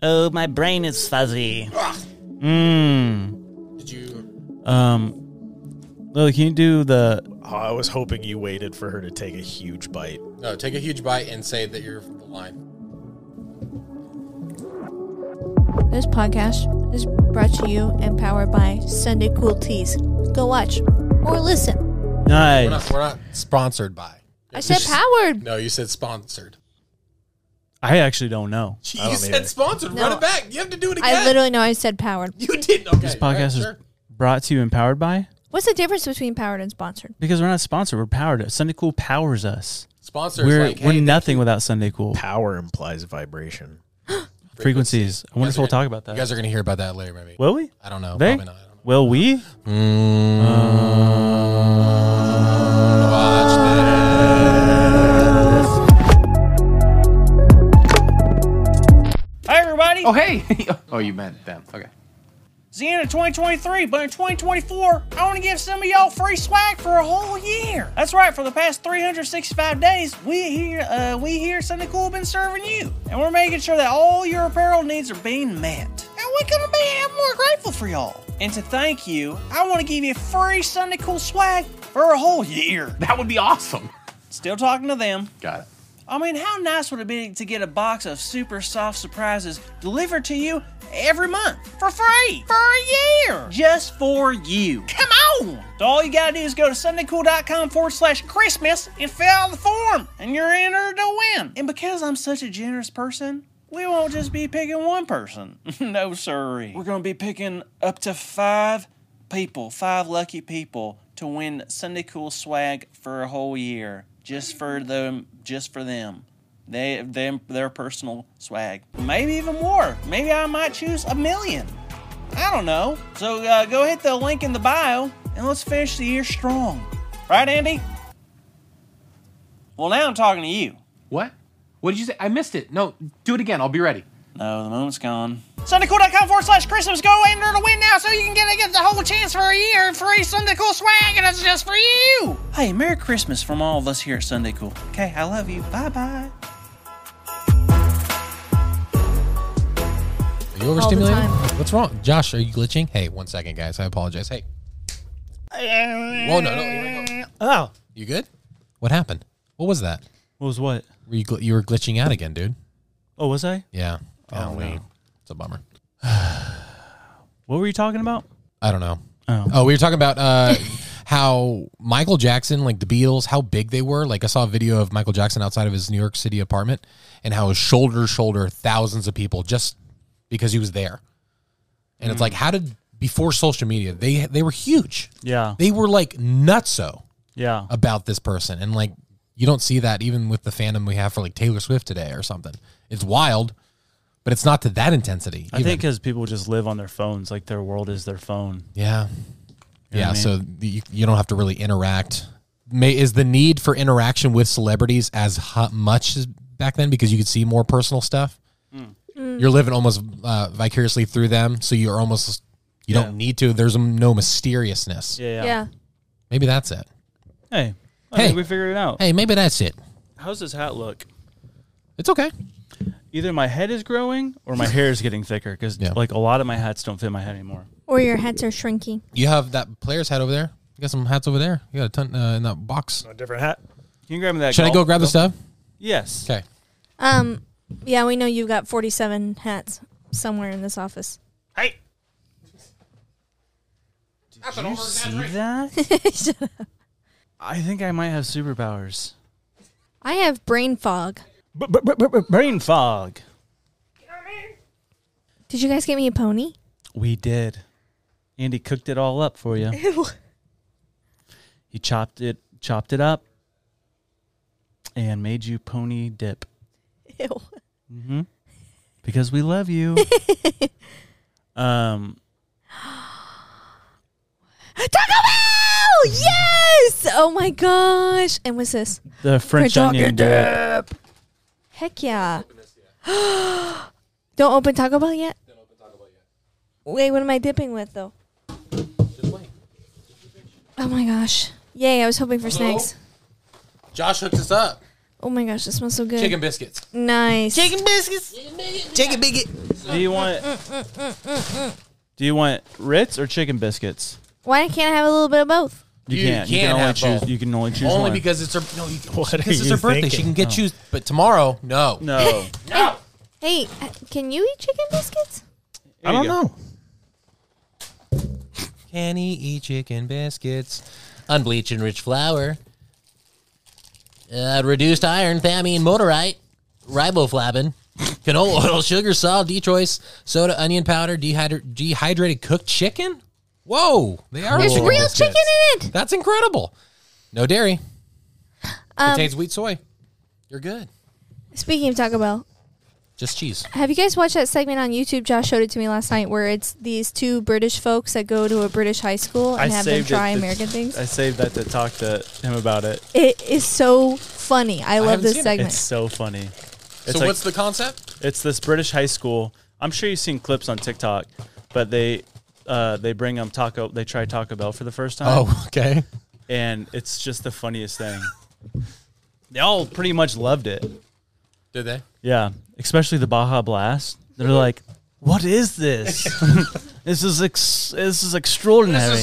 Oh, my brain is fuzzy. Mmm. Did you? Um, Lily, can you do the? Oh, I was hoping you waited for her to take a huge bite. No, take a huge bite and say that you're the line. This podcast is brought to you and powered by Sunday Cool Teas. Go watch or listen. We're not, Nice. we're not sponsored by. I said powered. No, you said sponsored. I actually don't know. You don't said either. sponsored. No. Run it back. You have to do it again. I literally know I said powered. You did. Okay. This podcast is brought to you and powered by What's the difference between powered and sponsored? because we're not sponsored. We're powered. Sunday Cool powers us. sponsors. We're like, we're hey, nothing without Sunday Cool Power implies vibration. frequencies. I wonder if are we'll gonna- talk about you that. guys are gonna hear about that later, maybe. Will we? I don't know. They? Probably not. I don't know. Will we? Hi, everybody. Oh, hey. oh, you meant them. Okay. It's the end of 2023, but in 2024, I want to give some of y'all free swag for a whole year. That's right. For the past 365 days, we here, uh, we here, at Sunday Cool have been serving you, and we're making sure that all your apparel needs are being met. And we couldn't be any more grateful for y'all. And to thank you, I want to give you free Sunday Cool swag for a whole year. That would be awesome. Still talking to them. Got it. I mean, how nice would it be to get a box of super soft surprises delivered to you every month for free for a year just for you? Come on! So, all you gotta do is go to SundayCool.com forward slash Christmas and fill out the form, and you're entered to win. And because I'm such a generous person, we won't just be picking one person. no, sorry. We're gonna be picking up to five people, five lucky people to win Sunday Cool swag for a whole year, just for them, just for them. They, them, their personal swag. Maybe even more. Maybe I might choose a million. I don't know. So uh, go hit the link in the bio and let's finish the year strong. Right, Andy? Well, now I'm talking to you. What? What did you say? I missed it. No, do it again. I'll be ready. No, Uh, the moment's gone. SundayCool.com forward slash Christmas. Go enter to win now so you can get, get the whole chance for a year and free Sunday Cool swag, and it's just for you. Hey, Merry Christmas from all of us here at Sunday Cool. Okay, I love you. Bye bye. Are you overstimulated? What's wrong, Josh? Are you glitching? Hey, one second, guys. I apologize. Hey. Whoa, no, no. you don't go. Oh, You good? What happened? What was that? what was what? Were you gl- you were glitching out again, dude? Oh, was I? Yeah. Oh, wait. It's a bummer. What were you talking about? I don't know. Oh. we were talking about uh, how Michael Jackson, like the Beatles, how big they were. Like I saw a video of Michael Jackson outside of his New York City apartment, and how shoulder to shoulder thousands of people just because he was there. And Mm. it's like, how did before social media they they were huge? Yeah. They were like nutso Yeah. about this person, and like you don't see that even with the fandom we have for like Taylor Swift today or something. It's wild, but it's not to that intensity. I even. think because people just live on their phones, like their world is their phone. Yeah. know Yeah. what I So the- you, you don't have to really interact. May, is the need for interaction with celebrities as hu- much as back then because you could see more personal stuff? You're living almost uh, vicariously through them. So you're almost, you don't need to. There's no mysteriousness. Yeah. Yeah. Yeah. Maybe that's it. Hey. I Hey. think we figured it out. Hey, maybe that's it. How's this hat look? It's okay. Either my head is growing or my hair is getting thicker because Yeah. like a lot of my hats don't fit my head anymore. Or your heads are shrinking. You have that player's hat over there. You got some hats over there. You got a ton uh, in that box. A different hat. Can you grab me that? Should I go golf- grab the stuff? Yes. Okay. Um, yeah, we know you've got 47 hats somewhere in this office. Hey. You see that? I think I might have superpowers. I have brain fog. Brain fog. Did you guys get me a pony? We did. Andy cooked it all up for you. He chopped it, chopped it up, and made you pony dip. Ew. because we love you. um, Taco Bell! Yes! Oh my gosh! And what's this? the French French onion dip. Heck yeah! Don't open Taco Bell yet. Wait, what am I dipping with though? Oh my gosh! Yay! I was hoping for Hello? snacks. Josh hooked us up. Oh my gosh! This smells so good. Chicken biscuits. Nice. Chicken. Chicken bigot. Do you want? Do you want Ritz or chicken biscuits? Why can't I have a little bit of both? You, You can't. You can't can only have choose. both. You can only choose Only one. because it's her. No, you, What are because it's you her birthday. She thinking? can get you, but tomorrow, no. no. Hey, uh, can you eat chicken biscuits? I don't know. Can he eat chicken biscuits? Unbleached and rich flour. Uh, reduced iron, thiamine, motorite, riboflavin, canola oil, sugar, salt, detroit, soda, onion powder, dehydr- dehydrated cooked chicken. Whoa, they are There's chicken real biscuits. chicken in it. That's incredible. No dairy. Um, Contains wheat, soy. You're good. Speaking of Taco Bell, Just cheese. Have you guys watched that segment on YouTube? Josh showed it to me last night, where it's these two British folks that go to a British high school and have them try to- American things. I saved that to talk to him about it. it is so funny. I love haven't this seen it. segment. It's so funny. It's so like- what's the concept? It's this British high school. I'm sure you've seen clips on TikTok, but they uh, they bring them taco. They try Taco Bell for the first time, Oh. okay. and it's just the funniest thing. They all pretty much loved it. Did they? Yeah, especially the Baja Blast. They're like, "What is this? this is ex- this is extraordinary."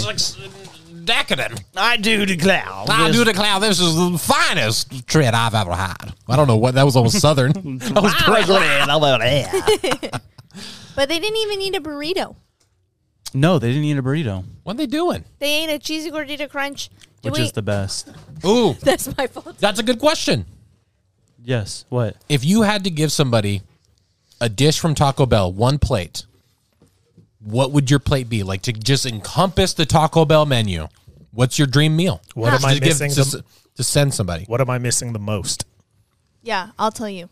decadent. I do declare. I this- do declare this is the finest tread I've ever had. I don't know what that was. Almost southern. that was but they didn't even eat a burrito. No, they didn't eat a burrito, What are they doing? They ate a cheesy gordita crunch. Did which we- is the best. Ooh, that's my fault. that's a good question. Yes. What? If you had to give somebody a dish from Taco Bell, one plate, what would your plate be? Like to just encompass the Taco Bell menu. What's your dream meal? What Just am I to give- missing to, the- s- to send somebody? What am I missing the most? Yeah, I'll tell you.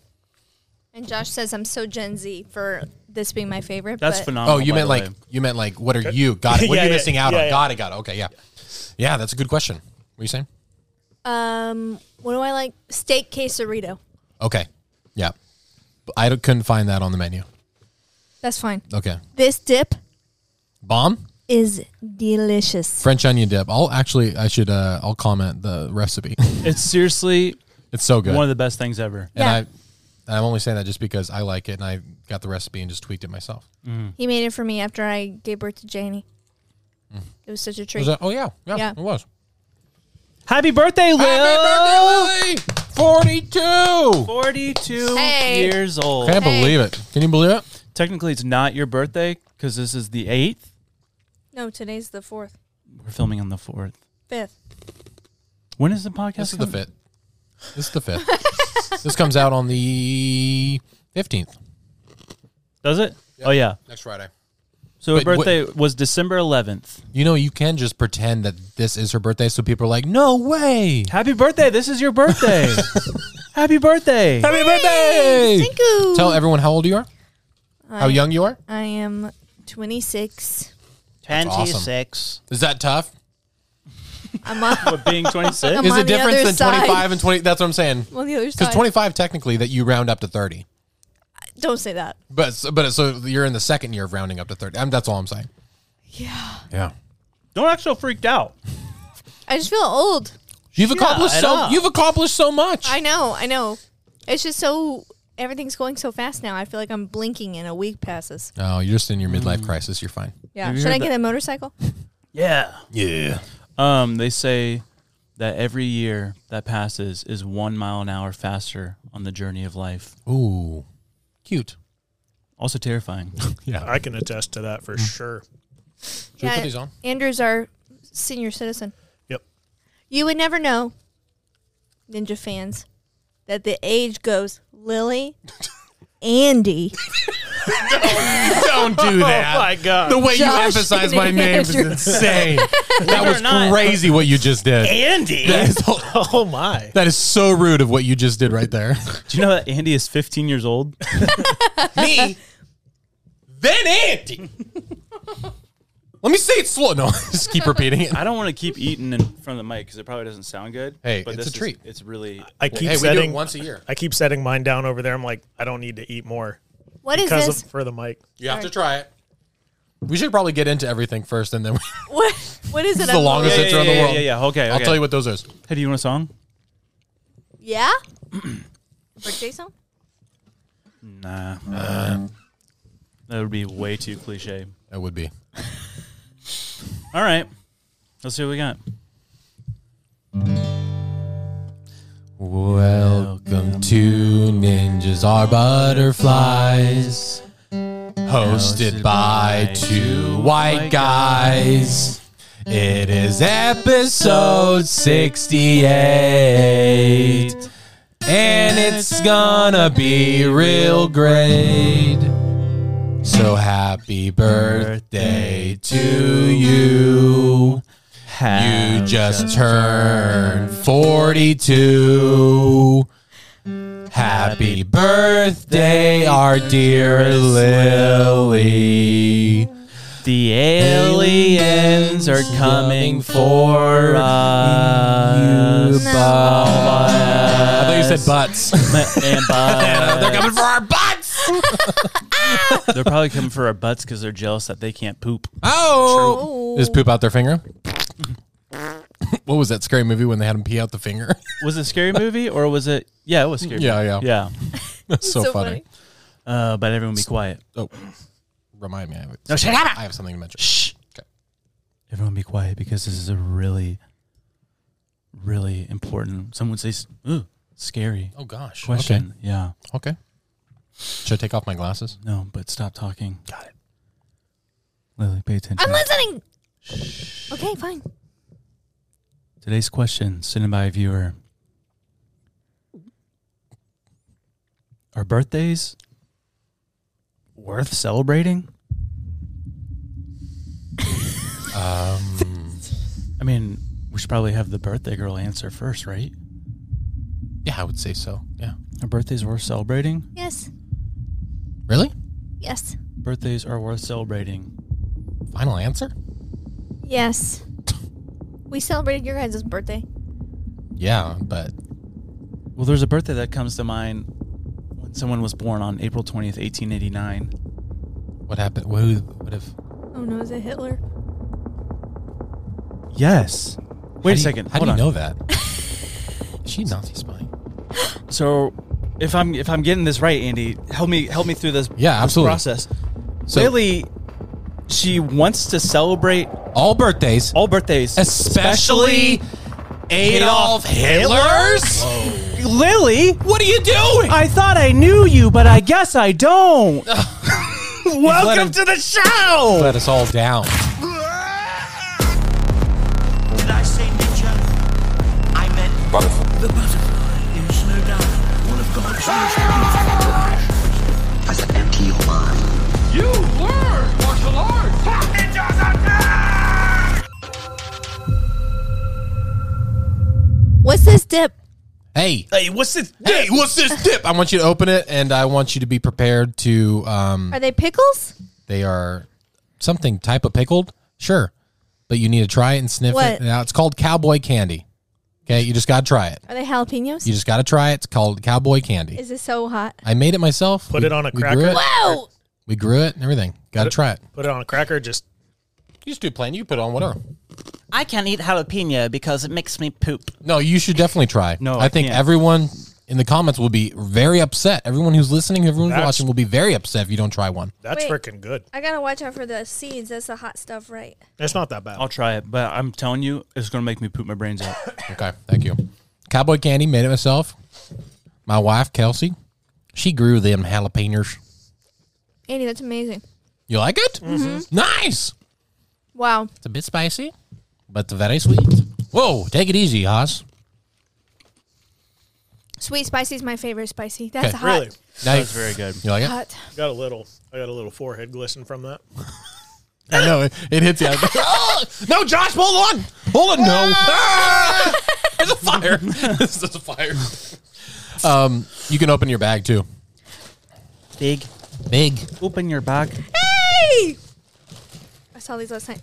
And Josh says I'm so Gen Z for this being my favorite. That's but phenomenal. Oh, you by meant the like way. you meant like what are you got? It. What Yeah, are you yeah, missing out yeah, on? yeah. Got it. Got it. Okay, yeah, yeah. That's a good question. What are you saying? Um, what do I like? Steak quesarito. Okay, yeah. But I don't- couldn't find that on the menu. That's fine. Okay, This dip bomb is delicious. French onion dip. I'll actually I should uh I'll comment the recipe. it's seriously It's so good. one of the best things ever. and Yeah. I and I'm only saying that just because I like it and I got the recipe and just tweaked it myself. He made it for me after I gave birth to Janie. It was such a treat. Was that- oh yeah, yeah, Yeah. it was. Happy birthday, Will! Happy birthday, Lily! Forty-two. 42 Hey. years old. Can't Hey. believe it. Can you believe it? Technically, it's not your birthday because this is the 8th. no, today's the fourth, We're filming on the 4th. fifth. When is the podcast? This is the coming? fifth. This is the fifth. this comes out on the fifteenth Does it? Oh, yeah. next Friday. So her Wait, what- birthday was December 11th. You know, you can just pretend that this is her birthday, so people are like, "No way!" Happy birthday. This is your birthday. Happy birthday. Happy birthday! Thank you. Tell everyone how old you are, how young you are. I am 26. 26. Is that tough? I'm on, But being 26? I'm Is on it different the other than side. 25 and 20? That's what I'm saying. I'm on the other side. Because 25 technically that you round up to 30, Don't say that. but s- but so you're in the second year of rounding up to 30. I'm, that's all I'm saying. Yeah. Yeah. Don't act so freaked out. I just feel old. You've accomplished I so know. you've accomplished so much. I know. I know. It's just so everything's going so fast now. I feel like I'm blinking and a week passes. oh, you're just in your midlife Mm. crisis. You're fine. Yeah. Have you Should I heard get that- a motorcycle? Yeah. Yeah. Um, They say that every year that passes is one mile an hour faster on the journey of life. Ooh, cute. Also terrifying. Yeah. I can attest to that for sure. Should we put these on? Andrew's our senior citizen. Yep. You would never know, Ninja fans, that the age goes Lily, Andy. Don't do that. God. the way you Josh emphasize my and name is Andrew. insane. that was not. crazy what you just did. Andy. That is, oh my. that is so rude of what you just did right there. Do you know that Andy is 15 years old? Me, then Andy. Let me say it slow. No, just keep repeating it. I don't want to keep eating in front of the mic because it probably doesn't sound good. Hey, but it's this a is- treat. it's really. I keep hey, we do it setting once a year. I keep setting mine down over there. I'm like, I don't need to eat more What is because this? of, for the mic. You have to try it. We should probably get into everything first, and then we, what? What is it? this is the I'm- longest Yeah, intro yeah, in the yeah, world. yeah, yeah. Okay, I'll okay. tell you what those is. Hey, do you want a song? Yeah. Birthday song. Nah, that would be way too cliche. That would be. All right, let's see what we got. Welcome to Ninjas Are Butterflies, hosted by two white guys. It is episode 68, and it's gonna be real great. So happy birthday to you. You just turned 42. Happy birthday, our dear Lily. The aliens are coming for You us. butts. I thought you said butts. And They're butts. coming for our butts. They're probably coming for our butts because they're jealous that they can't poop. Oh. Just poop out their finger. What was that scary movie when they had him pee out the finger? Was it a scary movie or was it? Yeah, it was scary. Yeah, movie. yeah. so, funny. Uh, but everyone be quiet. Oh, remind me. I have it. No, shut up. I have something to mention. Everyone be quiet because this is a really, really important. Someone says, "Ooh, scary." Oh gosh. Question. Yeah. Okay. Okay. Should I take off my glasses? No, but stop talking. Got it. Lily, pay attention. I'm listening. Okay, fine. Today's question, sent in by a viewer. Are birthdays worth celebrating? Um, I mean, we should probably have the birthday girl answer first, right? Yeah, I would say so. Yeah. Are birthdays worth celebrating? Yes. Really? Yes. Birthdays are worth celebrating. Final answer? Yes. We celebrated your guys' birthday. Yeah, but Well, there's a birthday that comes to mind when someone was born on April 20th, 1889. what happened? Who? What if? Oh no, is it Hitler? Yes. Wait a second. How Hold do you on. know that? Is she Nazi spy? So, if I'm if I'm getting this right, Andy, help me help me through this Yeah, this absolutely. process. So- Lily, she wants to celebrate All birthdays, all birthdays, especially Adolf Hitler's. Lily. What are you doing? I thought I knew you, but I guess I don't. Welcome him- to the show. Let us all down. Did I say ninja? I meant butterfly. The butterfly is no doubt one of God's most beautiful As an empty your mind. You learn martial arts. Ninjas are What's this dip? Hey. Hey, what's this dip? Hey, what's this dip? I want you to open it and I want you to be prepared to um Are they pickles? they are something type of pickled. Sure. But you need to try it and sniff What? it. Now it's called cowboy candy. Okay, you just gotta try it. Are they jalapenos? You just gotta try it. It's called cowboy candy. Is it so hot? I made it myself. Put We- it on a we cracker? Grew it. Wow. We grew it and everything. Gotta try it. Put it on a cracker. Just You just do plain, you put it on whatever. I can't eat jalapeno because it makes me poop. No, you should definitely try. No, I I think can't. everyone in the comments will be very upset. Everyone who's listening, everyone who's That's- watching will be very upset if you don't try one. that's Wait. freaking good. I gotta watch out for the seeds. That's the hot stuff, right? It's not that bad. I'll try it, but I'm telling you, it's gonna make me poop my brains out. Okay, thank you. Cowboy candy made it myself. My wife Kelsey, she grew them jalapenos. Andy, that's amazing. You like it? Mm-hmm. Nice. Wow. It's a bit spicy, but very sweet. Whoa, take it easy, Haas. Sweet spicy is my favorite spicy. That's Okay. hot. really Now That's very good. You like it? Hot. got a little. I got a little forehead glisten from that. I know it, it hits you. Oh, no, Josh, hold on, hold on. No, Ah! there's a fire. this is a fire. Um, you can open your bag too. Big, Big. open your bag. free. I saw these last night.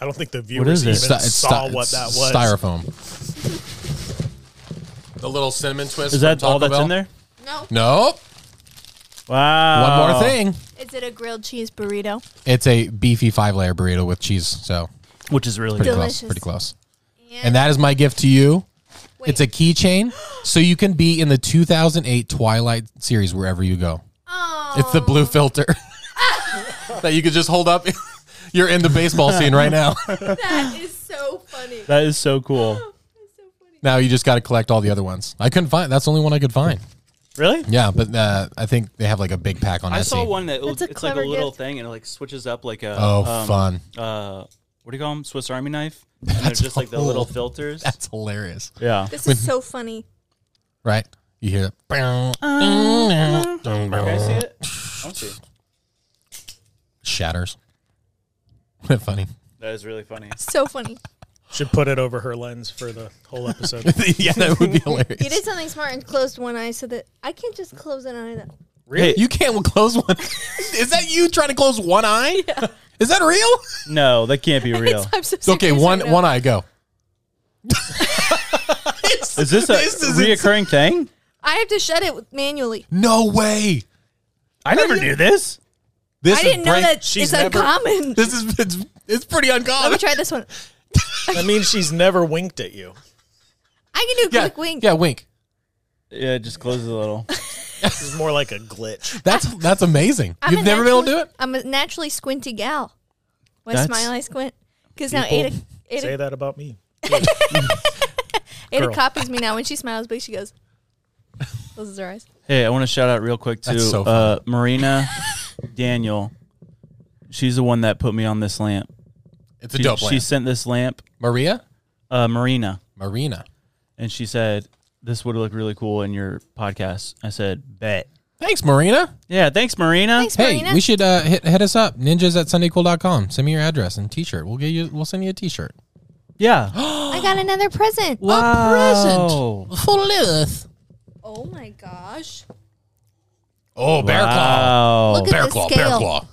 I don't think the What viewers is even this? It's sty- it's saw sty- what it's that was. Styrofoam. the little cinnamon twist. Is from that all Taco that's in Bell? there? No. Nope. Wow. One more thing. Is it a grilled cheese burrito? It's a beefy five layer burrito with cheese. So which is really pretty good. Delicious. close. Pretty close. And that is my gift to you. It's a keychain, so you can be in the 2008 Twilight series wherever you go. Oh. It's the blue filter that you could just hold up. You're in the baseball scene right now. That is so funny. That is so cool. That's so funny. now you just got to collect all the other ones. I couldn't find. That's the only one I could find. Really? Yeah, but uh, I think they have like a big pack on. I Etsy. saw one that That's a it's like a clever little gift. thing and it like switches up like a Oh, um, fun! uh what do you call them? Swiss Army knife. And they're just like the little old. filters. That's hilarious, yeah. This is so funny. right? You hear Uh-huh. Can I see that? it? I don't see it. Shatters. Isn't that funny? That is really funny. So funny. Should put it over her lens for the whole episode. yeah, that would be hilarious. You did something smart and closed one eye so that I can't just close an eye. That Really? You can't close one. Is that you trying to close one eye? Is that real? no, that can't be real. I'm so Okay, serious one right now. one eye go. Is this a is reoccurring thing? I have to shut it manually. No way. I never knew this. This I didn't know break- that she's it's never- uncommon. This is it's, it's pretty Let me uncommon. try this one. that means she's never winked at you. I can do a Yeah, quick wink. yeah, wink. Yeah, it just closes a little. This is more like a glitch. That's that's amazing. I'm You've a never been able to do naturally- it. I'm a naturally squinty gal. When I That's- smile, I squint. Because now Ada, Say Ada, that about me. Ada girl. copies me now. When she smiles big, she goes, closes her eyes. Hey, I want to shout out real quick to That's so uh, Marina Daniel. She's the one that put me on this lamp. It's a She, dope she lamp. sent this lamp, Maria, uh, Marina, Marina. and she said this would look really cool in your podcast. I said, bet. Thanks, Marina. Yeah, thanks, Marina. Thanks, Hey, Marina. we should uh, hit hit us up. Ninjas at sundaycool.com. Send me your address and T-shirt. We'll get you. We'll send you a T-shirt. Yeah. I got another present. wow. For Lilith. Oh my gosh. Oh, bear claw. Wow. Look at Oh, Bear the claw. scale. Bear claw.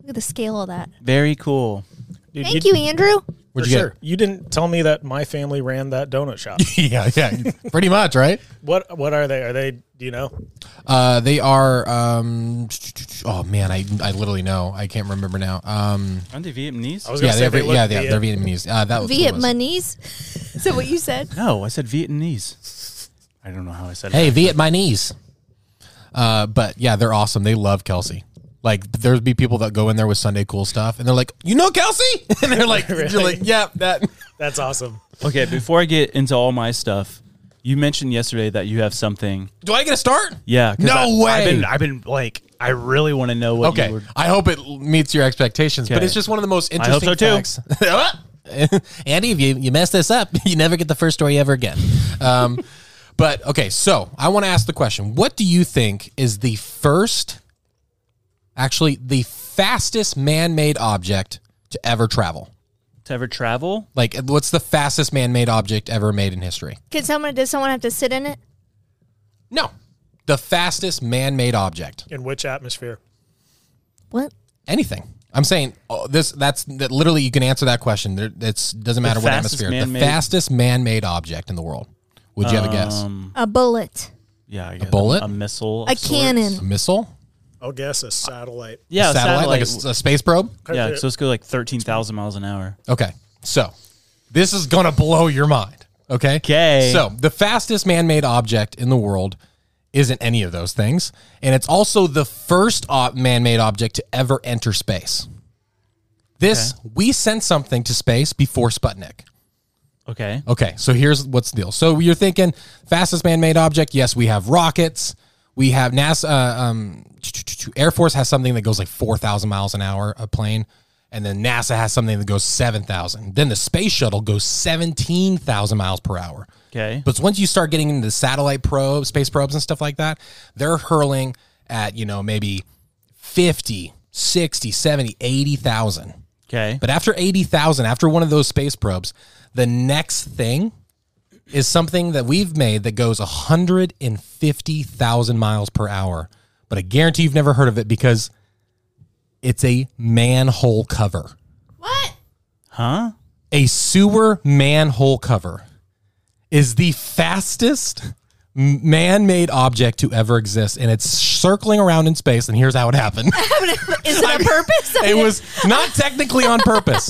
Look at the scale of that. Very cool. Dude, Thank you, Andrew. For What'd you sure. You didn't tell me that my family ran that donut shop. get? yeah, yeah. Pretty much, right? what what are they? Are they do you know? Uh, they are. Um, oh man, I I literally know. I can't remember now. Um, Aren't they Vietnamese? I was yeah, gonna say they're they Vi- look yeah, yeah, Viet- they're Vietnamese. Uh, that was what it was. Vietnamese. Is that what you said? no, I said Vietnamese. I don't know how I said Hey, it. Vietnamese. Uh, but yeah, they're awesome. They love Kelsey. Like there'd be people that go in there with Sunday cool stuff, and they're like, "You know Kelsey?" And they're like, "You're like, yeah, that." That's awesome. Okay, before I get into all my stuff, you mentioned yesterday that you have something. Do I get a start? Yeah. 'cause No I, I've way. been, I've been like, I really want to know what. Okay, You were, I hope it meets your expectations, but Okay. it's just one of the most I hope interesting so, facts. Andy, if you, you mess this up, you never get the first story ever again. Um, but okay, so I want to ask the question What do you think is the first, actually, the fastest man made object to ever travel? to ever travel? Like, what's the fastest man made object ever made in history? Can someone, does someone have to sit in it? No. The fastest man made object. In which atmosphere? What? anything. I'm saying oh, this. That's that. Literally, you can answer that question. There, it's doesn't matter what fastest atmosphere. man-made- The fastest man-made object in the world. Would you have a guess? A bullet. Yeah, I guess. bullet? a, missile, of A sorts. A cannon. missile, I'll guess a satellite. Yeah, a satellite, like a s- a, space probe. yeah, so let's go like thirteen thousand miles an hour. Okay, so this is gonna blow your mind. Okay. 'Kay. So the fastest man-made object in the world isn't any of those things, and it's also the first o- man-made object to ever enter space. This we sent something to space before Sputnik. Okay. Okay, so here's what's the deal. So you're thinking fastest man-made object? Yes, we have rockets. We have NASA. Uh, um, Air Force has something that goes like four thousand miles an hour a plane, and then NASA has something that goes seven thousand. Then the space shuttle goes seventeen thousand miles per hour. Okay. But once you start getting into the satellite probes, space probes, and stuff like that, they're hurling at you know maybe 50, 60, 70, 80,000. Okay. But after 80,000, after one of those space probes, the next thing is something that we've made that goes 150,000 miles per hour. but I guarantee you've never heard of it because it's a manhole cover, What? Huh? a sewer manhole cover. Is the fastest man made object to ever exist, and it's circling around in space. And here's how it happened. Is it on purpose? it was not technically on purpose.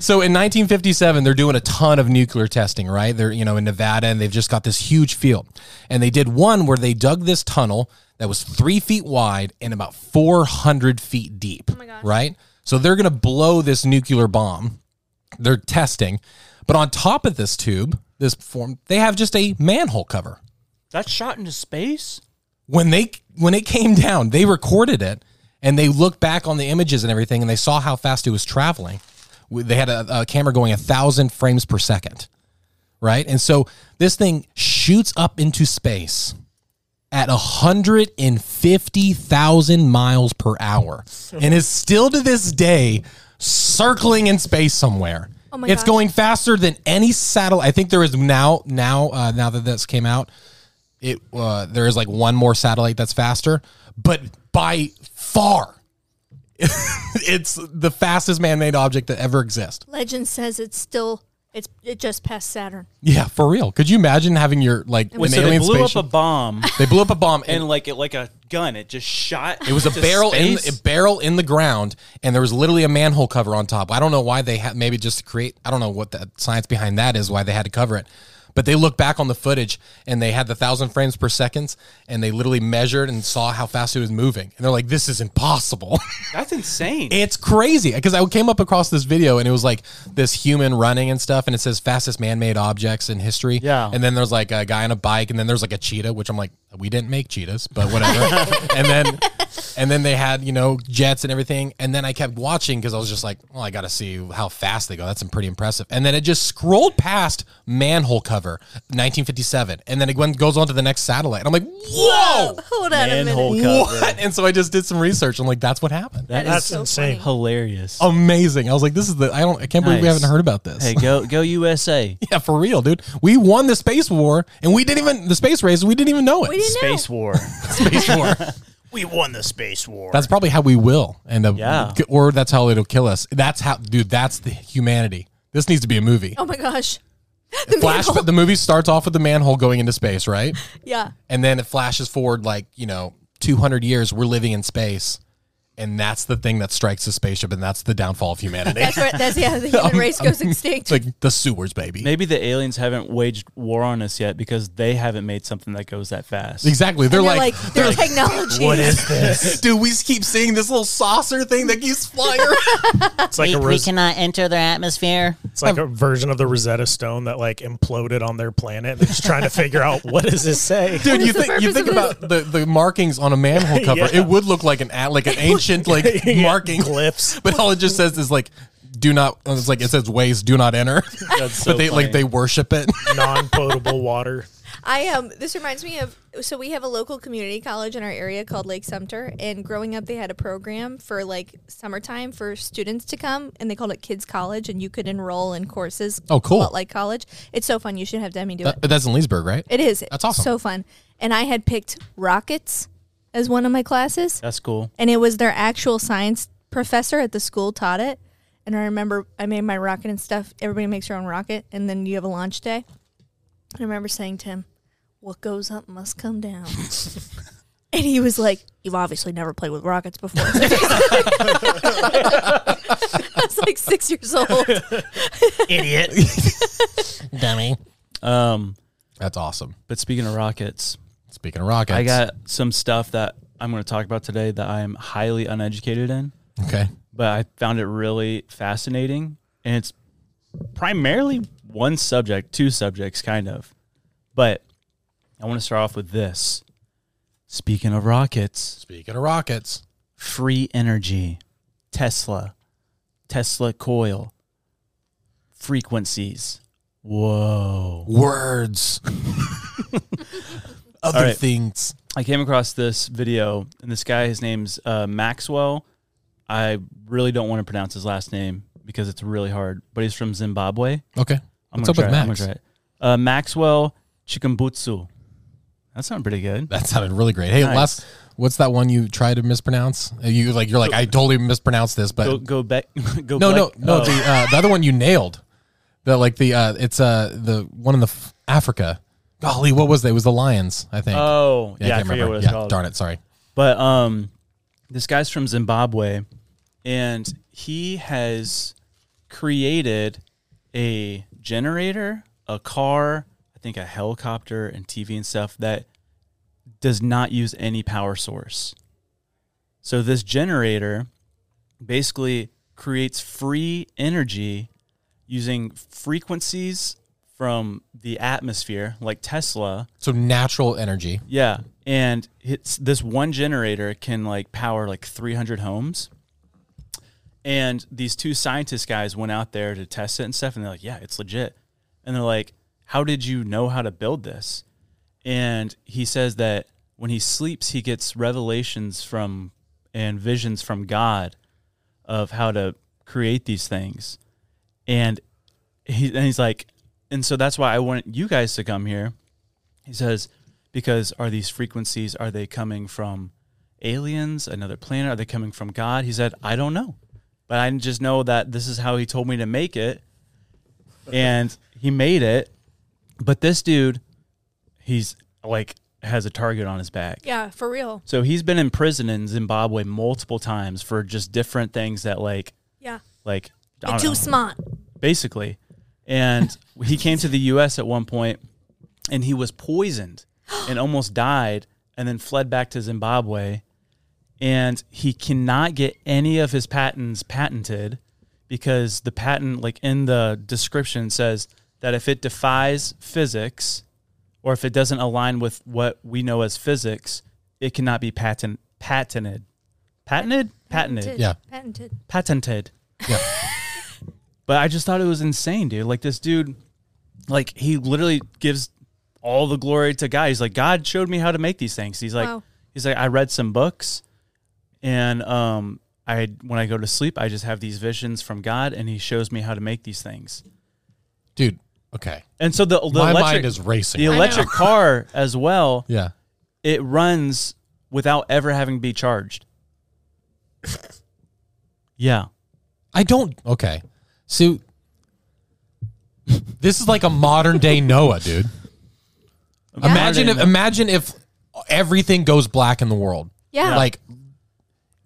So in 1957, they're doing a ton of nuclear testing, right? They're you know in Nevada, and they've just got this huge field, and they did one where they dug this tunnel that was three feet wide and about 400 feet deep, Oh right? So they're gonna blow this nuclear bomb. They're testing, but on top of this tube, this form, they have just a manhole cover That's shot into space? when they when it came down, they recorded it and they looked back on the images and everything, and they saw how fast it was traveling. We- They had a, a camera going a thousand frames per second, right? And so this thing shoots up into space at 150,000 miles per hour and is still to this day circling in space somewhere. Oh my it's gosh. going faster than any satellite. I think there is now now uh, now that this came out, it uh, there is like one more satellite that's faster, but by far it's the fastest man-made object that ever exists. Legend says it's still it's it just passed Saturn. Yeah, for real. Could you imagine having your like an Wait, so they alien blew spaceship- up a bomb they blew up a bomb and and like it like a gun, it just shot. It was a barrel in a barrel in the ground, and there was literally a manhole cover on top. I don't know why they had maybe just to create. I don't know what the science behind that is. Why they had to cover it, but they look back on the footage and they had the thousand frames per seconds, and they literally measured and saw how fast it was moving, and they're like, "This is impossible." That's insane. It's crazy because I came up across this video and it was like this human running and stuff, and it says fastest man-made objects in history. Yeah. and then there's like a guy on a bike, and then there's like a cheetah, which I'm like, we didn't make cheetahs, but whatever. and then, and then they had you know jets and everything, and then I kept watching because I was just like, well, I got to see how fast they go. That's pretty impressive. And then it just scrolled past manhole cover, 1957, and then it went, goes on to the next satellite. And I'm like, whoa, Hold on a minute. Manhole cover. what? And so I just did some research. I'm like, that's what happened That That's is insane. hilarious. Oh, amazing. I was like, this is the I don't I can't believe we Nice. haven't heard about this. Hey, go go USA. Yeah, for real, dude. We won the space war and we didn't even the space race, we didn't even know it. We didn't Space war. space war. We won the space war. That's probably how we will end up Yeah. or that's how it'll kill us. That's how dude, that's the humanity. This needs to be a movie. know. Oh my gosh. The Flash manhole. the movie starts off with the manhole going into space, right? yeah. And then it flashes forward like, you know, 200 years we're living in space. And that's the thing that strikes the spaceship, and that's the downfall of humanity. That's where that's yeah, the human race goes it's extinct. Um, like the sewers, baby. Maybe the aliens haven't waged war on us yet because they haven't made something that goes that fast. Exactly. They're, They're like, like, their technology. What is Dude, we just keep seeing this little saucer thing that keeps flying around. It's like a we, we res- cannot enter their atmosphere. it's like a version of the Rosetta Stone that like imploded on their planet. They're just trying to figure out what does this say. Dude, you the think you purpose think of about the, the markings on a manhole cover. Yeah. It would look like an at like an ancient like Yeah, marking glyphs. But all it just says is like do not it's like it says ways do not enter. That's so but they funny. like they worship it. non-potable water. I um this reminds me of so we have a local community college in our area called Lake Sumter and growing up they had a program for like summertime for students to come and they called it Kids College and you could enroll in courses Oh, cool. a lot like college. It's so fun. You should have Demi do That- it. but Uh, that's in Leesburg, right? It is. That's awesome. So fun. And I had picked rockets as one of my classes That's cool. and it was their actual science professor at the school taught it. And I remember I made my rocket and stuff. Everybody makes their own rocket, and then you have a launch day. I remember saying to him, "What goes up must come down," and he was like, "You've obviously never played with rockets before." I was like six years old. Idiot. Dummy. Um, That's awesome. but speaking of rockets, Speaking of rockets. I got some stuff that I'm going to talk about today that I am highly uneducated in, Okay. but I found it really fascinating, and it's primarily one subject, two subjects, kind of. But I want to start off with this. Speaking of rockets, Speaking of rockets. free energy, Tesla, Tesla coil, frequencies. Whoa. Words. Other right. things. I came across this video, and this guy, his name's uh, Maxwell. I really don't want to pronounce his last name because it's really hard, but he's from Zimbabwe. Okay. I'm gonna What's up with try it. Max? I'm gonna try it. Uh, Maxwell Chikambutsu. That sounded pretty good. That sounded really great. Hey, Nice. last What's that one you try to mispronounce? Uh, You like you're like I totally mispronounced this, but go go back. Go no, no, back- no, oh. The uh, the other one you nailed. The like the uh, it's uh the one in the f- Africa. Golly, what was that? It was the lions, I think. Oh, yeah, I can't forget remember. what it's yeah, called. Darn it, sorry. But um, this guy's from Zimbabwe, and he has created a generator, a car, I think a helicopter, and TV and stuff that does not use any power source. So this generator basically creates free energy using frequencies from the atmosphere, like Tesla. So natural energy. Yeah, and it's this one generator can like power like 300 homes. And these two scientist guys went out there to test it and stuff, and they're like, "Yeah, it's legit." And they're like, "How did you know how to build this?" And he says that when he sleeps, he gets revelations from and visions from God of how to create these things. And he and he's like, and so that's why I want you guys to come here he says, because are these frequencies, are they coming from aliens, another planet? Are they coming from God? He said, I don't know. But I just know that this is how he told me to make it. And he made it. But this dude, he's like, has a target on his back. Yeah, for real. So he's been in prison in Zimbabwe multiple times for just different things that, like, Yeah. like, I You're don't too know smart. basically. And he came to the U.S. at one point, and he was poisoned and almost died, and then fled back to Zimbabwe. And he cannot get any of his patents patented because the patent, like in the description, says that if it defies physics or if it doesn't align with what we know as physics, it cannot be patent patented. Patented? Patented. Patented. Patented. But I just thought it was insane, dude. Like this dude, like he literally gives all the glory to God. He's like, God showed me how to make these things. He's like, Wow. he's like, I read some books, and um, I when I go to sleep, I just have these visions from God, and He shows me how to make these things. Dude, okay. And so the, the My electric, mind is racing The right now. electric car as well. Yeah. it runs without ever having to be charged. yeah. I don't okay. So this is like a modern day Noah, dude. Imagine if Modern- imagine if everything goes black in the world. Yeah. Like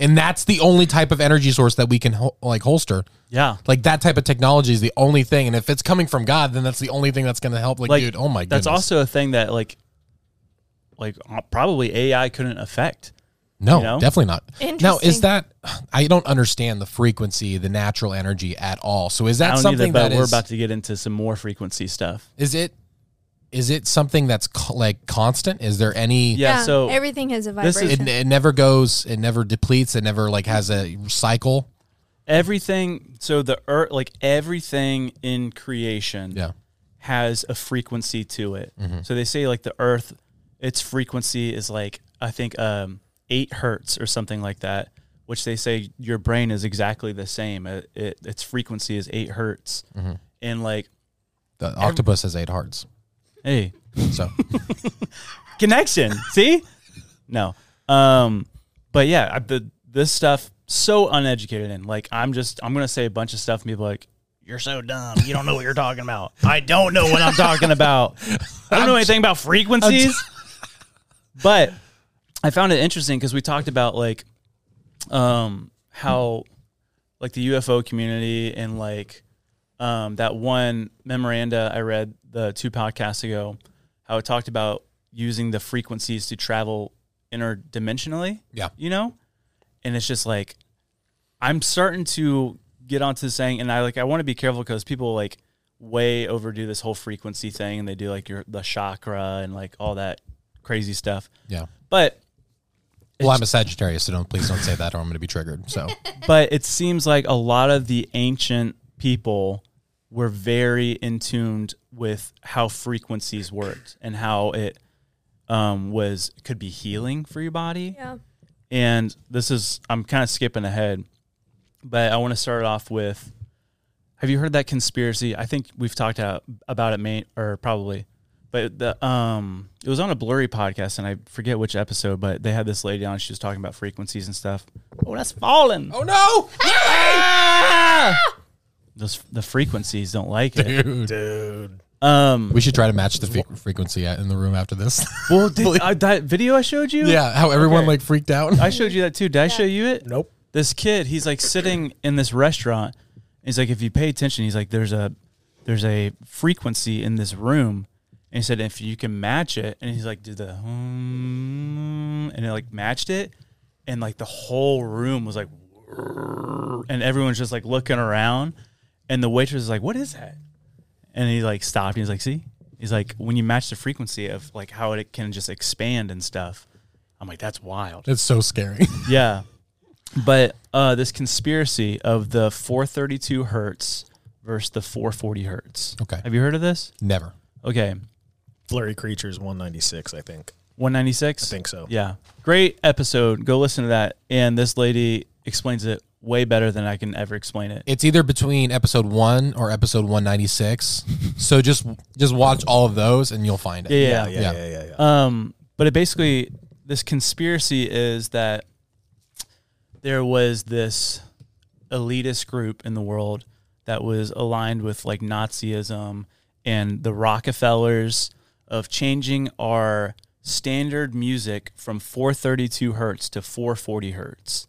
and that's the only type of energy source that we can hol- like holster. Yeah. Like that type of technology is the only thing and if it's coming from God, then that's the only thing that's going to help like, dude, oh my god. that's also a thing that like like uh, probably ai couldn't affect No, you know? definitely not. Now, is Interesting. that I don't understand the frequency, the natural energy at all. So is I that don't something either, but that we're is- about to get into some more frequency stuff is it is it something that's co- like constant? Is there any yeah, so everything has a this is- vibration. it, it never goes, it never depletes, it never like has a cycle. everything so the earth like everything in creation Yeah. Mm-hmm. has a frequency to it so they say like the earth its frequency is like i think um 8 hertz or something like that which they say your brain is exactly the same it, it, its frequency is 8 hertz Mm-hmm. and like The octopus has eight hearts. hey So connection. See? No. Um, but yeah, I, the this stuff so uneducated in. Like I'm just I'm gonna say a bunch of stuff and people are like, You're so dumb. You don't know what you're talking about. I don't know what I'm talking about. I don't know anything about frequencies. but I found it interesting because we talked about like um how like the UFO community and like um that one memoranda I read the two podcasts ago, how it talked about using the frequencies to travel interdimensionally. Yeah. You know? And it's just like I'm starting to get onto saying, and I like I want to be careful because people like way overdo this whole frequency thing, and they do like your the chakra and like all that crazy stuff. yeah. But Well, I'm a Sagittarius, so don't please don't say that, or I'm going to be triggered. So but it seems like a lot of the ancient people were very in tuned with how frequencies worked and how it um, was could be healing for your body. yeah. and this is I'm kind of skipping ahead, but I want to start off with Have you heard that conspiracy? I think we've talked out about it main or probably But the um, it was on a blurry podcast, and I forget which episode, but they had this lady on. She was talking about frequencies and stuff. Oh, that's falling. Oh no! Those the frequencies don't like it. Dude. Dude. Um, we should try to match the fe- frequency at- in the room after this. Well, did, I, that video I showed you. yeah, how everyone Okay. like freaked out. I showed you that too. Did I show you it? Nope. This kid, he's like sitting in this restaurant. He's like, if you pay attention, he's like, there's a there's a frequency in this room. And he said, if you can match it, and he's like, did the hum, and it like matched it, and like the whole room was like, and everyone's just like looking around, and the waitress is like, what is that? And he like stopped. And he's like, see, he's like, when you match the frequency of like how it can just expand and stuff. I'm like, that's wild. It's so scary. Yeah. But uh, this conspiracy of the 432 hertz versus the 440 hertz. Okay. Have you heard of this? Never. Okay. Flurry Creatures 196, I think. 196? I think so. Yeah. Great episode. Go listen to that. And this lady explains it way better than I can ever explain it. It's either between episode one or episode one ninety six. so just just watch all of those and you'll find it. Yeah, yeah, Yeah, yeah, yeah, yeah. yeah. Um, but it basically, this conspiracy is that there was this elitist group in the world that was aligned with like Nazism and the Rockefellers of changing our standard music from 432 hertz to 440 hertz.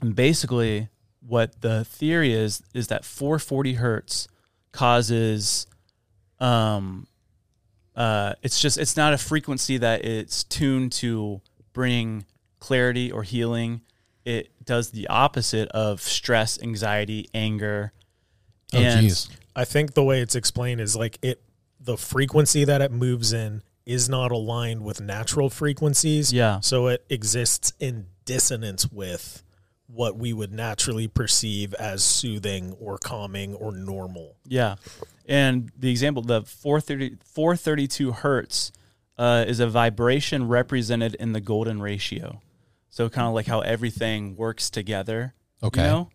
And basically, what the theory is is that 440 hertz causes, um, uh, it's just it's not a frequency that it's tuned to bring clarity or healing. It does the opposite of stress, anxiety, anger. Oh, jeez. I think the way it's explained is like it the frequency that it moves in is not aligned with natural frequencies. Yeah. So it exists in dissonance with what we would naturally perceive as soothing or calming or normal. Yeah. And the example, the 430, 432 hertz uh, is a vibration represented in the golden ratio. So, kind of like how everything works together. Okay. You know,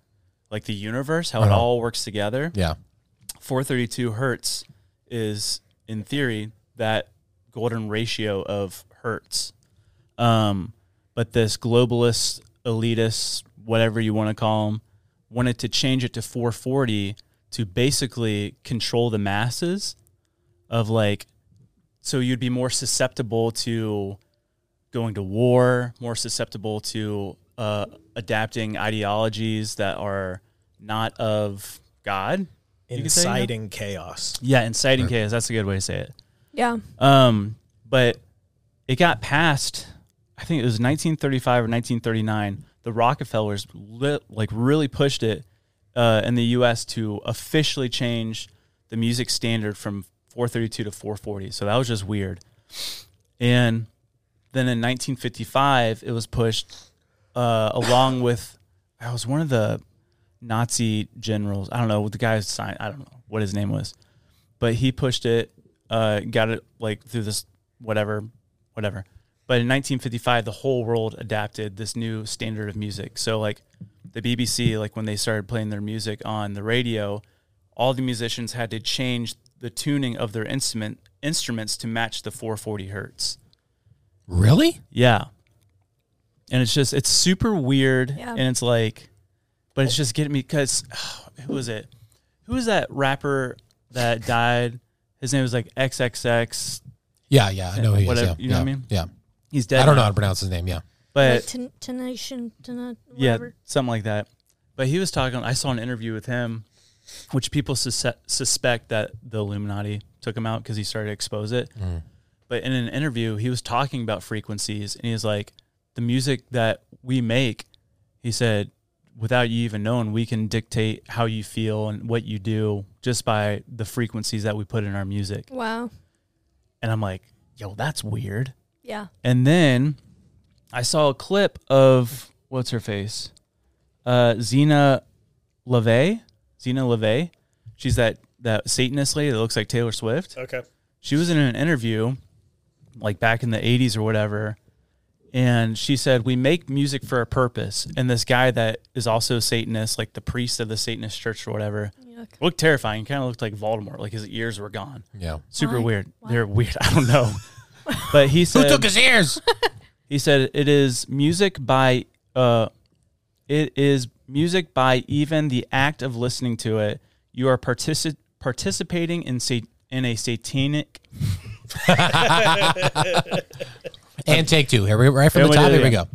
like the universe, how it Uh-huh. all works together. Yeah. 432 hertz is, in theory, that golden ratio of hertz. Um, but this globalist, elitist, whatever you want to call them, wanted to change it to 440 to basically control the masses of like, so you'd be more susceptible to going to war, more susceptible to uh, adapting ideologies that are not of God. you could say, you know? Inciting chaos. Yeah, inciting chaos. That's a good way to say it. Yeah. Um, but it got passed. I think it was 1935 or 1939. The Rockefellers li- like really pushed it uh, in the U.S. to officially change the music standard from 432 to 440. So that was just weird. And then in 1955, it was pushed uh, along with. I was one of the Nazi generals. I don't know what the guy's sign. I don't know what his name was but he pushed it, uh, got it like through this whatever, whatever. But in 1955, the whole world adapted this new standard of music. So like the BBC, like when they started playing their music on the radio, all the musicians had to change the tuning of their instrument instruments to match the 440 hertz. Really? Yeah. And it's just it's super weird Yeah. and it's like but it's just getting me cuz who was it? Who was that rapper that died? His name was like XXX. Yeah, yeah. I know who he is, Whatever- yeah, you know what I yeah, mean? Yeah. He's dead. I don't know now, how to pronounce his name. Yeah. But Tenation, yeah, something like that. But he was talking I saw an interview with him which people sus- suspect that the Illuminati took him out cuz he started to expose it. But in an interview, he was talking about frequencies and he was like, the music that we make, he said, without you even knowing, we can dictate how you feel and what you do just by the frequencies that we put in our music. Wow. And I'm like, yo, that's weird. Yeah. And then I saw a clip of what's her face? Uh Zena LeVay. Zena LeVay. She's that that Satanist lady that looks like Taylor Swift Okay. she was in an interview like back in the 80s or whatever and she said we make music for a purpose and this guy that is also satanist like the priest of the satanist church or whatever Yeah. fuck? Looked terrifying. Kind of looked like Voldemort. Like his ears were gone. Yeah. Super Why? weird. They're weird. I don't know. But he said, took his ears? He said it is music by uh, it is music by even the act of listening to it. You are partici- participating in sa- in a satanic. And take two. Here we right from the top. Here we go.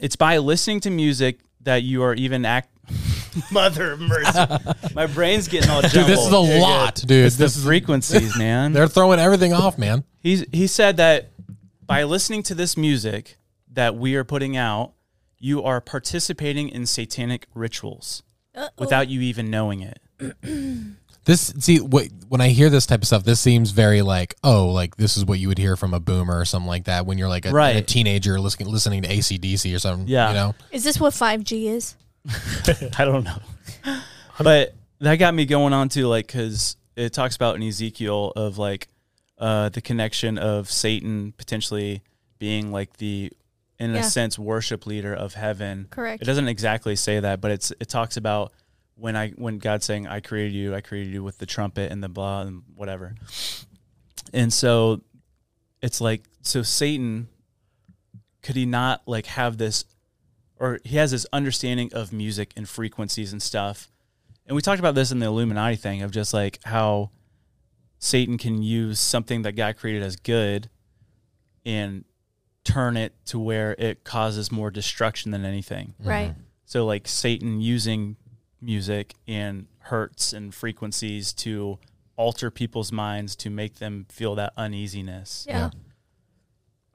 It's by listening to music that you are even act. Mother of mercy. My brain's getting all jumbled. Dude, this is a lot, dude. It's This the is- frequencies, man. They're throwing everything off, man. He's, he said that by listening to this music that we are putting out, you are participating in satanic rituals without you even knowing it. This see what when I hear this type of stuff, this seems very like oh, like this is what you would hear from a boomer or something like that when you're like a, Right. a teenager listening listening to ACDC or something. Yeah. you know, Is this what 5G is? I don't know. But that got me going on to like, because it talks about in Ezekiel of like uh, the connection of Satan potentially being like the, in Yeah. a sense, worship leader of heaven. Correct. It doesn't exactly say that, but it's it talks about when I when God's saying I created you, I created you with the trumpet and the blah and whatever. And so it's like so Satan could he not like have this or he has this understanding of music and frequencies and stuff. And we talked about this in the Illuminati thing of just like how Satan can use something that God created as good and turn it to where it causes more destruction than anything. Mm-hmm. Right. So like Satan using music and hertz and frequencies to alter people's minds to make them feel that uneasiness. Yeah.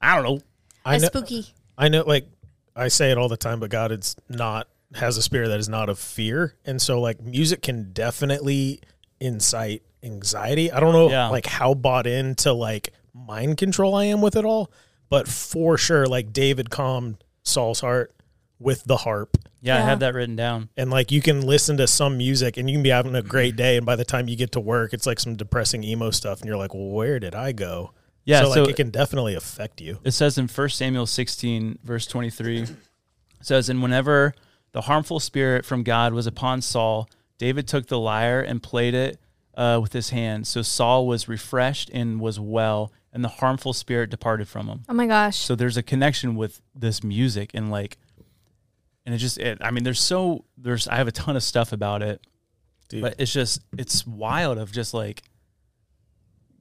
I don't know. I That's know, spooky. I know, like I say it all the time, but God is not has a spirit that is not of fear, and so like music can definitely incite anxiety. I don't know, Yeah. like how bought into like mind control I am with it all, but for sure, like David calmed Saul's heart with the harp. Yeah, I Yeah. had that written down. And like you can listen to some music and you can be having Mm-hmm. a great day, and by the time you get to work, it's like some depressing emo stuff, and you're like, "Well, where did I go?" Yeah, so like so- it can definitely affect you. It says in 1 Samuel 16, verse 23, it says, And whenever the harmful spirit from God was upon Saul, David took the lyre and played it uh, with his hand. So Saul was refreshed and was well, and the harmful spirit departed from him. Oh my gosh. So there's a connection with this music and like, and it just, it, I mean, there's so, there's, I have a ton of stuff about it, Dude. but it's just, it's wild of just like,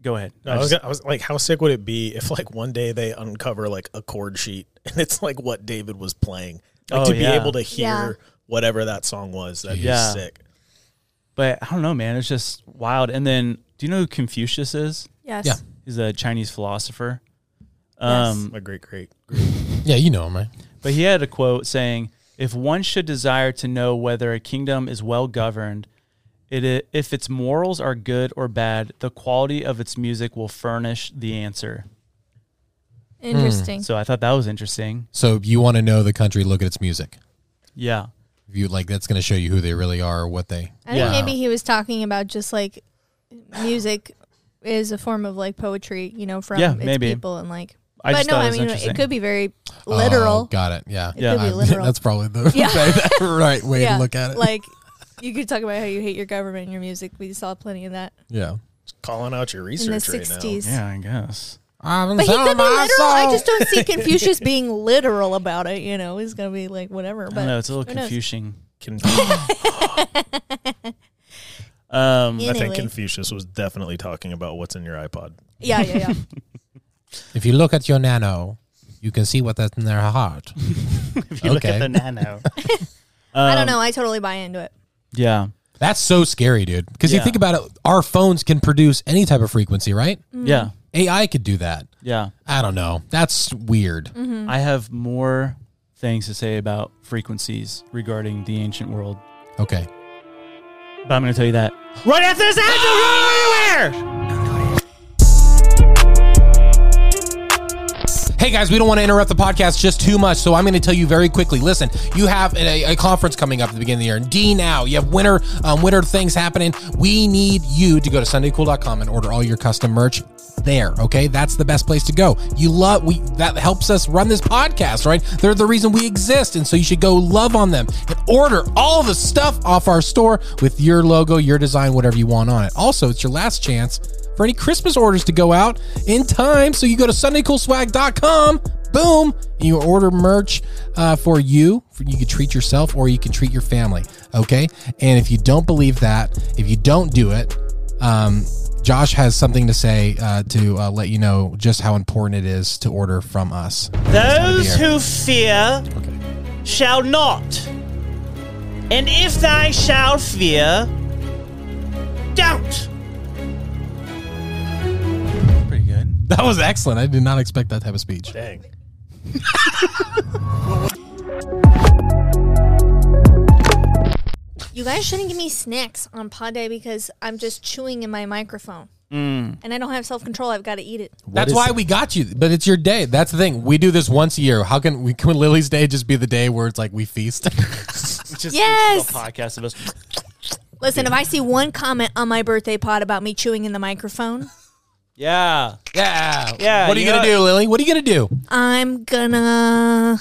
go ahead. No, I, was gonna, I was like, how sick would it be if like one day they uncover like a chord sheet and it's like what David was playing, like Oh, to be yeah. able to hear Yeah. whatever that song was. That'd Yeah. be sick. but I don't know, man. It's just wild. And then, do you know who Confucius is? yes. Yeah. He's a Chinese philosopher. Um, My great, great. yeah, you know him, right? But he had a quote saying, "If one should desire to know whether a kingdom is well governed, it i- if its morals are good or bad, the quality of its music will furnish the answer." Mm. Interesting. So I thought that was interesting. So you want to know the country? Look at its music. Yeah. If you like, that's going to show you who they really are or what they. I think Yeah. maybe he was talking about just like music is a form of like poetry, you know, from Yeah, its maybe. people and like. I but just no, thought it I was mean interesting. it could be very Oh, literal. got it. Yeah. It could be I'm- literal. that's probably the right way yeah. to look at it. Like you could talk about how you hate your government and your music. We saw plenty of that yeah. Just calling out your in the research right now. sixties. I guess. I'm But he could be my literal. I soul. just don't see Confucius being literal about it. You know, he's gonna be like whatever. I But don't know. It's a little who knows? confusing. Confu- Um, I think Anyway. Confucius was definitely talking about what's in your iPod. Yeah, yeah, Um, yeah. If you look at your nano, you can see what that's in their heart. if you look at Okay. the nano. I don't know. I totally buy into it. Yeah. That's so scary, dude. Because Yeah. you think about it, our phones can produce any type of frequency, right? Yeah. AI could do that. Yeah. I don't know. That's weird. I have more things to say about frequencies regarding the ancient world, Okay. but I'm going to tell you that Right after this ad, don't go anywhere! Hey, Hey guys, we don't want to interrupt the podcast just too much, so I'm going to tell you very quickly. Listen, you have a, a conference coming up at the beginning of the year, and D now you have winter um, winter things happening. We need you to go to SundayCool.com and order all your custom merch there. Okay, that's the best place to go. You love we that helps us run this podcast, right? They're the reason we exist, and so you should go love on them and order all the stuff off our store with your logo, your design, whatever you want on it. Also, it's your last chance for any Christmas orders to go out in time. So you go to SundayCoolSwag.com, boom, and you order merch uh, for you. For- You can treat yourself or you can treat your family. Okay, and if you don't believe that, if you don't do it, um, Josh has something to say uh, to uh, let you know just how important it is to order from us. Those who fear shall not. And if thou shalt fear, don't. Pretty good. That was excellent. I did not expect that type of speech. Dang. You guys shouldn't give me snacks on pod day because I'm just chewing in my microphone. Mm. And I don't have self control. I've got to eat it. That's why we got you, but it's your day. That's the thing. We do this once a year. How can we? Can Lily's Day just be the day where it's like we feast? Just Yes! A podcast of us. Listen, if I see one comment on my birthday pod about me chewing in the microphone, Yeah. Yeah. Yeah. what are you, gonna do, Lily? What are you gonna do? I'm gonna.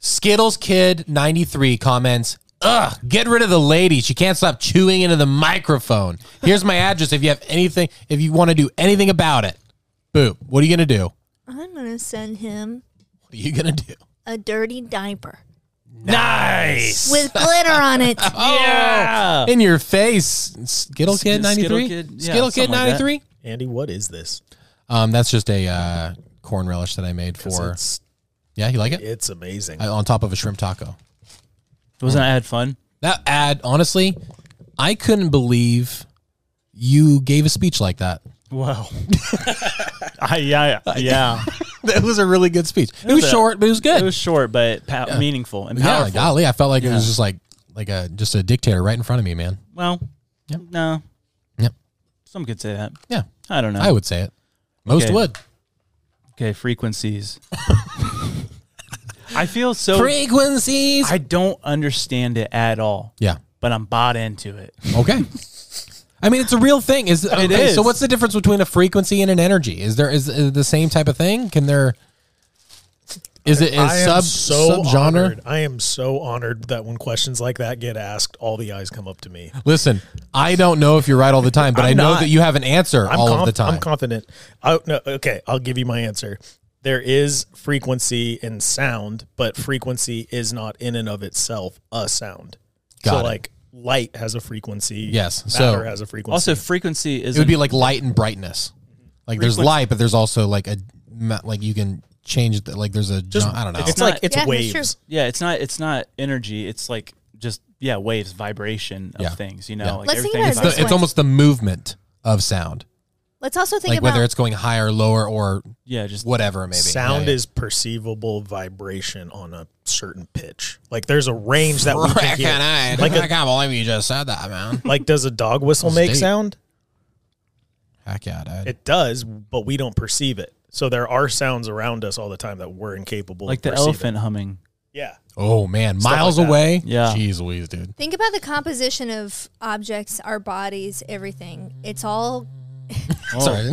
Skittles Kid ninety three comments. Ugh, get rid of the lady. She can't stop chewing into the microphone. Here's my address if you have anything, if you want to do anything about it. Boop. What are you going to do? What I'm gonna send him are you going to do? a dirty diaper Nice. with glitter on it. Oh, yeah. In your face. Skittle Sk- Skittle Kid 93? Kid, yeah, Skittle Kid something like that. 93? Andy, what is this? um, that's just a uh, corn relish that I made 'Cause for. it's- Yeah, you like it? It's amazing. I- on top of a shrimp taco. Wasn't I had fun? That ad, honestly, I couldn't believe you gave a speech like that. Wow. I, yeah. Yeah. that was a really good speech. It, was a- short, but it was good. It was short, but pow- meaningful and yeah, powerful. golly, I felt like it was Yeah. just like like a just a dictator right in front of me, man. Well, no. Yep. Some could say that. Yeah. I don't know. I would say it. Most Okay. would. Okay, frequencies. I feel so. Frequencies. I don't understand it at all, Yeah. but I'm bought into it. Okay. I mean, it's a real thing. Is okay, is. so? What's the difference between a frequency and an energy? Is there is, it the same type of thing? Can there? Is it I is am sub so subgenre? Honored. I am so honored that when questions like that get asked, all the eyes come up to me. Listen, I don't know if you're right all the time, but i I'm know not. that you have an answer I'm all conf- of the time. I'm confident. I, no, okay, I'll give you my answer. There is frequency in sound, but frequency is not in and of itself a sound. so, Got it. like, light has a frequency. Yes, so- matter has a frequency. Also, frequency is it would be like light and brightness. Like there's Frequency- light, but there's also like a ma- like you can change the, like there's a Just- gen- I don't know. it's like- it's Yeah, that's waves. true. yeah. It's not. It's not energy. It's like just yeah, waves, vibration of Yeah. things. You know, Yeah. like Let's think everything. about is it It's the- this it's way. almost the movement of sound, Let's also think like about whether it's going higher, lower, or yeah, just whatever maybe. Sound Yeah, yeah. is perceivable vibration on a certain pitch. Like there's a range that we can hear. Frickin' I, Like, I a, can't believe you just said that, man. like does a dog whistle make deep. sound? Heck yeah, dude. It does, but we don't perceive it. So there are sounds around us all the time that we're incapable like of the perceiving. elephant humming. Yeah. oh man, Stuff like miles that. away. Yeah. jeez, Louise, dude. Think about the composition of objects, our bodies, everything. It's all Oh. Sorry.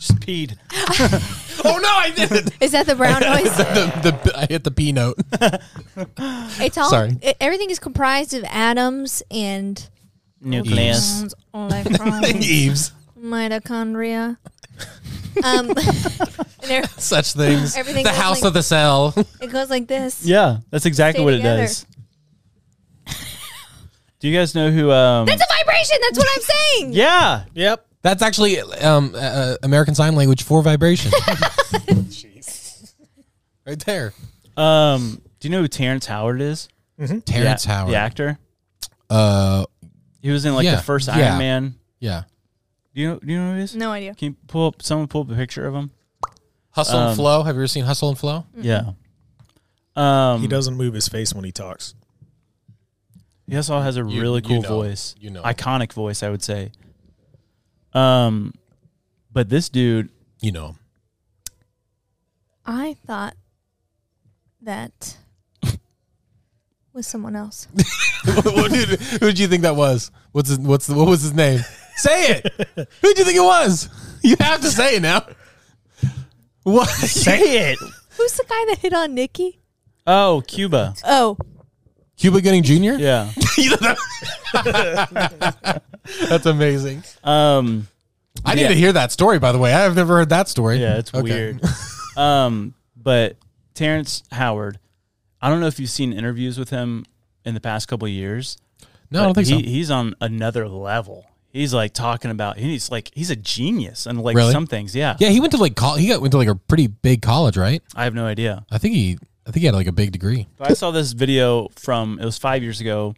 Just peed. oh no, I did it. is that the brown noise? the, the, I hit the P note. It's all Sorry. e- everything is comprised of atoms and Nucleus. electrons, electrons, Eves, mitochondria. Um, and there- such things. Everything the goes house like- of the cell. it goes like this. Yeah, that's exactly Stay what together. it does. Do you guys know who? Um, That's a vibration. That's what I'm saying. yeah, Yep. That's actually um, uh, uh, American Sign Language for vibration. right there. Um, do you know who Terrence Howard is? Terrence the, a- Howard. the actor. Uh, He was in like Yeah, the first yeah. Iron Man. yeah. Do you know? Do you know who he is? No idea. Can you pull up? Someone pull up a picture of him. Hustle Um, and Flow. Have you ever seen Hustle and Flow? Mm. Yeah. Um, He doesn't move his face when he talks. He also has a You- really you cool know. voice. You know. Iconic voice, I would say. Um, but this dude, You know. I thought that was someone else. Who did- who do you think that was? What's his, what's the, what was his name? Say it. Who do you think it was? You have to say it now. What? Say it. Who's the guy that hit on Nikki? Oh, Cuba. Oh, Cuba Gooding Jr. Yeah, that's amazing. Um, I need yeah. to hear that story. By the way, I've never heard that story. Yeah, it's Okay. weird. um, but Terrence Howard, I don't know if you've seen interviews with him in the past couple of years. No, I don't but think he, He's on another level. He's like talking about he's like he's a genius and like Really? some things. Yeah, Yeah, he went to like col- he got went to like a pretty big college, right? I have no idea. I think he I think he had like a big degree. So I saw this video from it was five years ago.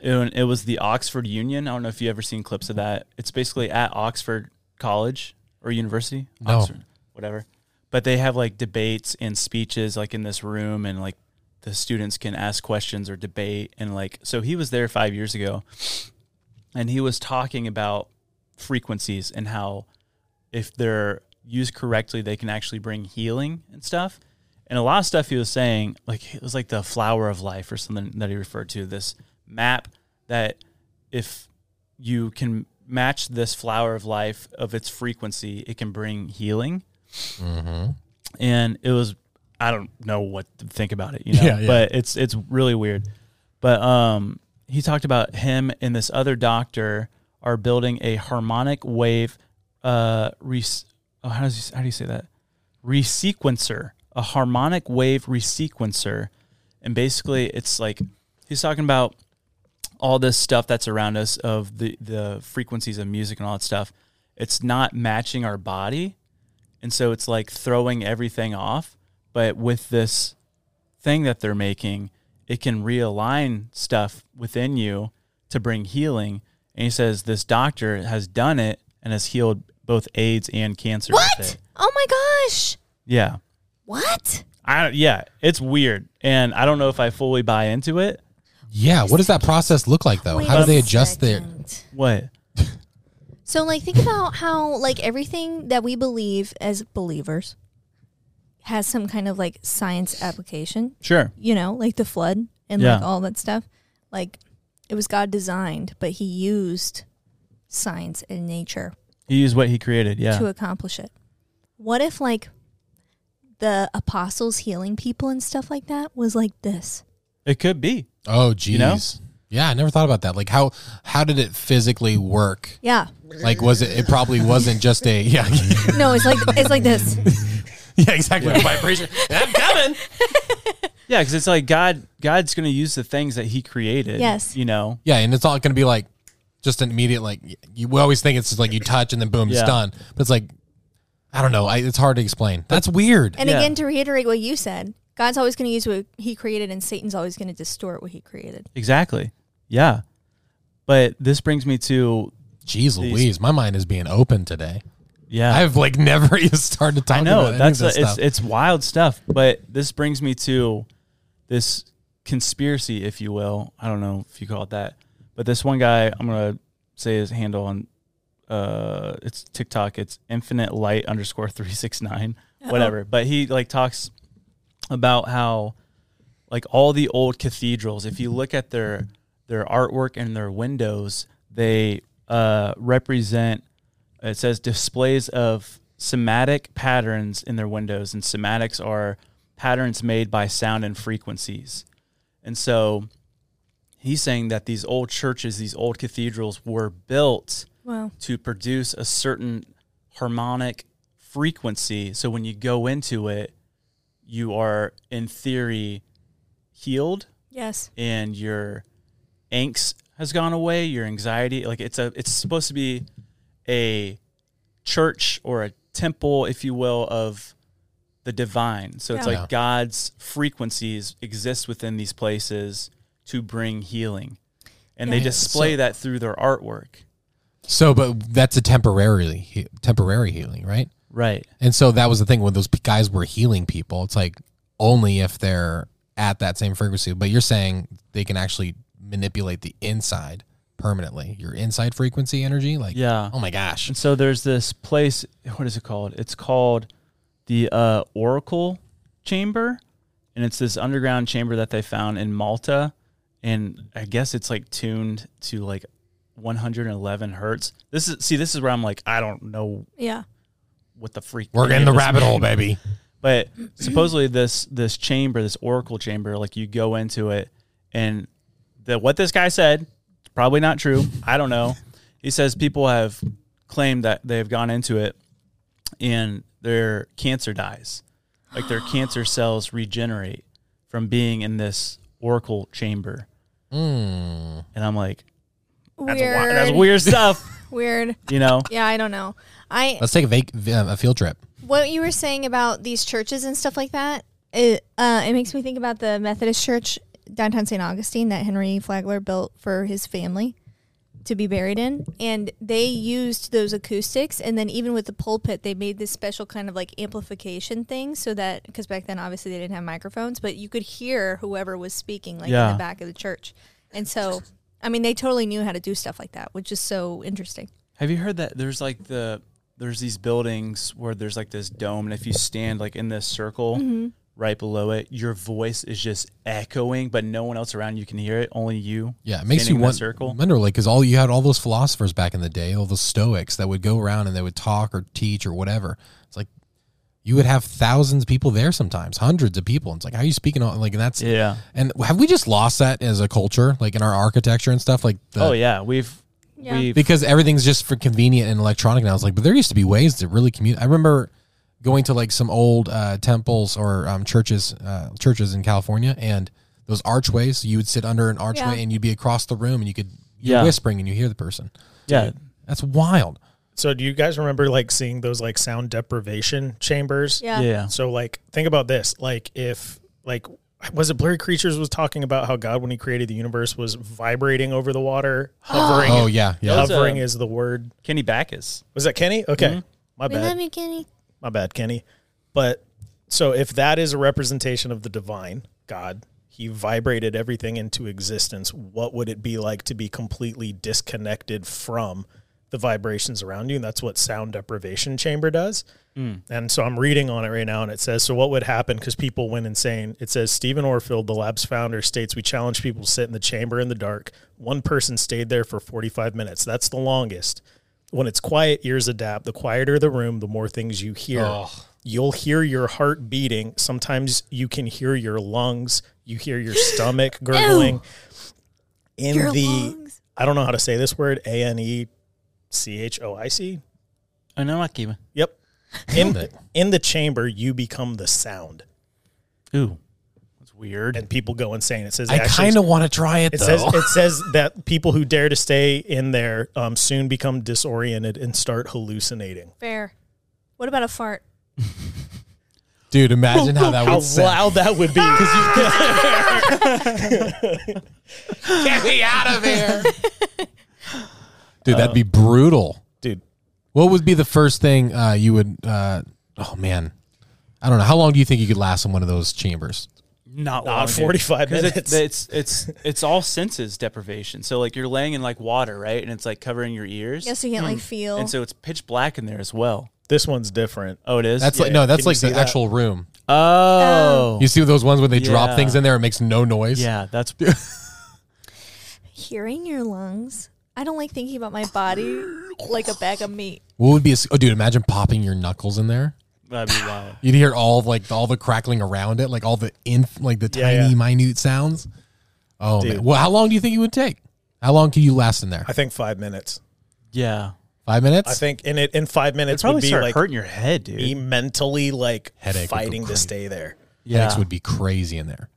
and It was the Oxford Union. I don't know if you ever seen clips of that. It's basically at Oxford College or University, No. Oxford, whatever. But they have like debates and speeches like in this room, and like the students can ask questions or debate. And like, so he was there five years ago, and he was talking about frequencies and how if they're used correctly, they can actually bring healing and stuff. And a lot of stuff he was saying, like it was like the flower of life or something that he referred to this map that if you can match this flower of life of its frequency, it can bring healing. Mhm. And it was, I don't know what to think about it, you know, Yeah, yeah. but it's, it's really weird. But, um, he talked about him and this other doctor are building a harmonic wave, uh, re- oh, how does he, how do you say that? Resequencer, a harmonic wave resequencer. And basically it's like, he's talking about all this stuff that's around us of the the frequencies of music and all that stuff it's not matching our body and so it's like throwing everything off but with this thing that they're making it can realign stuff within you to bring healing and he says this doctor has done it and has healed both aids and cancer with what? it. Oh my gosh! yeah What? i yeah it's weird and i don't know if i fully buy into it Yeah, what does that process look like though? Wait Oh, How do a they adjust their what So like, think about how like everything that we believe as believers has some kind of like science application. Sure. You know, like the flood and like Yeah. all that stuff. Like it was God designed, but He used science and nature he used what he created yeah to accomplish it. What if like the apostles healing people and stuff like that was like this? it could be Oh geez. know? Yeah, I never thought about that. Like how how did it physically work? Yeah. Like was it it probably wasn't just a yeah. No, it's like it's like this. yeah, exactly. Vibration. I'm coming. Yeah, because it's like God. God's going to use the things that He created. Yes. You know. Yeah, and it's all going to be like just an immediate like y- you, we always think it's just like you touch and then boom Yeah. it's done. But it's like I don't know. I, it's hard to explain. That's weird. And again, to reiterate what you said, God's always going to use what He created, and Satan's always going to distort what He created. Exactly. Yeah. But this brings me to. Jeez Louise, my mind is being open today. Yeah. I've like never even started I talking know about any that's of this a, it's stuff. it's wild stuff. But this brings me to this conspiracy, if you will. I don't know if you call it that, but this one guy I'm gonna say his handle on uh it's TikTok. It's infinite light underscore three six nine Uh-oh. whatever. But he like talks about how like all the old cathedrals if you look at their their artwork and their windows they uh, represent it says displays of somatic patterns in their windows and somatics are patterns made by sound and frequencies and so he's saying that these old churches these old cathedrals were built Wow. to produce a certain harmonic frequency so when you go into it you are in theory healed. Yes. And your angst has gone away, your anxiety, like it's a it's supposed to be a church or a temple if you will of the divine. So it's Yeah. like Yeah. God's frequencies exist within these places to bring healing. And they Yeah. display So- that through their artwork. So, but that's a temporarily he- temporary healing, right? Right. And so that was the thing when those p- guys were healing people. It's like only if they're at that same frequency. But you're saying they can actually manipulate the inside permanently, your inside frequency energy. Like, yeah. oh my gosh. And so there's this place. What is it called? It's called the uh, Oracle Chamber, and it's this underground chamber that they found in Malta, and I guess it's like tuned to like 111 hertz. This is see, this is where I'm like, I don't know Yeah. what the freak. We're any in of the this rabbit hole, means. baby. But supposedly this this chamber, this oracle chamber, like you go into it, and the what this guy said probably not true. I don't know. He says people have claimed that they've gone into it and their cancer dies, like their cancer cells regenerate from being in this oracle chamber. Mm. And I'm like, Weird. that's, a wi- that's weird stuff. Weird. You know? Yeah, I don't know. I Let's take a, vac- uh, a field trip. what you were saying about these churches and stuff like that. It uh, it makes me think about the Methodist Church downtown St. Augustine that Henry Flagler built for his family to be buried in, and they used those acoustics, and then even with the pulpit, they made this special kind of like amplification thing so that because back then obviously they didn't have microphones, but you could hear whoever was speaking like in Yeah. the back of the church, and so. I mean, they totally knew how to do stuff like that, which is so interesting. Have you heard that there's like the there's these buildings where there's like this dome, and if you stand like in this circle Mhm. right below it, your voice is just echoing, but no one else around you can hear it. Only you. Yeah, it makes standing you in that want, circle. wonder, like, because all you had all those philosophers back in the day, all the Stoics that would go around and they would talk or teach or whatever. It's like you would have thousands of people there sometimes, hundreds of people. It's like how are you speaking on like and that's Yeah. And have we just lost that as a culture, like in our architecture and stuff? Like, the, oh yeah, we've we've because everything's just for convenient and electronic now. It's like, but there used to be ways to really communicate. I remember going to like some old uh, temples or um, churches, uh, churches in California, and those archways. You would sit under an archway, Yeah. and you'd be across the room, and you could you're Yeah. whispering, and you hear the person. Yeah. that's wild. So do you guys remember like seeing those like sound deprivation chambers? Yeah. Yeah. So like think about this. Like if like was it Blurry Creatures was talking about how God when he created the universe was vibrating over the water, hovering. Oh, yeah, yeah. Hovering That is was, the word. Kenny Backus. Was that Kenny? Okay. Mhm. My bad. you, Kenny. My bad, Kenny. But so if that is a representation of the divine, God, he vibrated everything into existence, what would it be like to be completely disconnected from the vibrations around you? And that's what sound deprivation chamber does. Mm. And so I'm reading on it right now, and it says, So what would happen? Because people went insane. It says, Stephen Orfield, the lab's founder, states, We challenge people to sit in the chamber in the dark. One person stayed there for 45 minutes. That's the longest. When it's quiet, ears adapt. The quieter the room, the more things you hear. Ugh. You'll hear your heart beating. Sometimes you can hear your lungs, you hear your stomach gurgling. In Your the, I don't know how to say this word, A N E C H O I C, Anunnaki. Yep. Nailed In, it. in the chamber, you become the sound. Ooh, that's weird. And people go insane. It says I actually- kinda wanna try it, It says though. it says that people who dare to stay in there um, soon become disoriented and start hallucinating. Fair. What about a fart? Dude, imagine how that How would sound. loud that would be. Get me out of here. Dude, that'd be brutal. Dude. What would be the first thing uh, you would uh, oh man. I don't know. How long do you think you could last in one of those chambers? Not, Not long, dude. 45 'Cause minutes. It, it's it's it's all senses deprivation. So like you're laying in like water, right, and it's like covering your ears. Yeah, so you can't, like, feel. And so it's pitch black in there as well. This one's different. Oh, it is. That's like no, that's like the actual room. Oh, You see those ones when they drop Yeah. things in there, it makes no noise. Yeah, that's Hearing your lungs. I don't like thinking about my body like a bag of meat. what would be a s oh dude, imagine popping your knuckles in there. That'd be wild. You'd hear all of, like all the crackling around it, like all the inf like the Yeah, tiny yeah. minute sounds. Oh Dude. man. Well, how long do you think it would take? How long could you last in there? I think five minutes. Yeah. Five minutes? I think in it in five minutes probably would be start like hurting your head, dude. Be mentally like Headache would go fighting to crazy. stay there. Headaches would be crazy in there.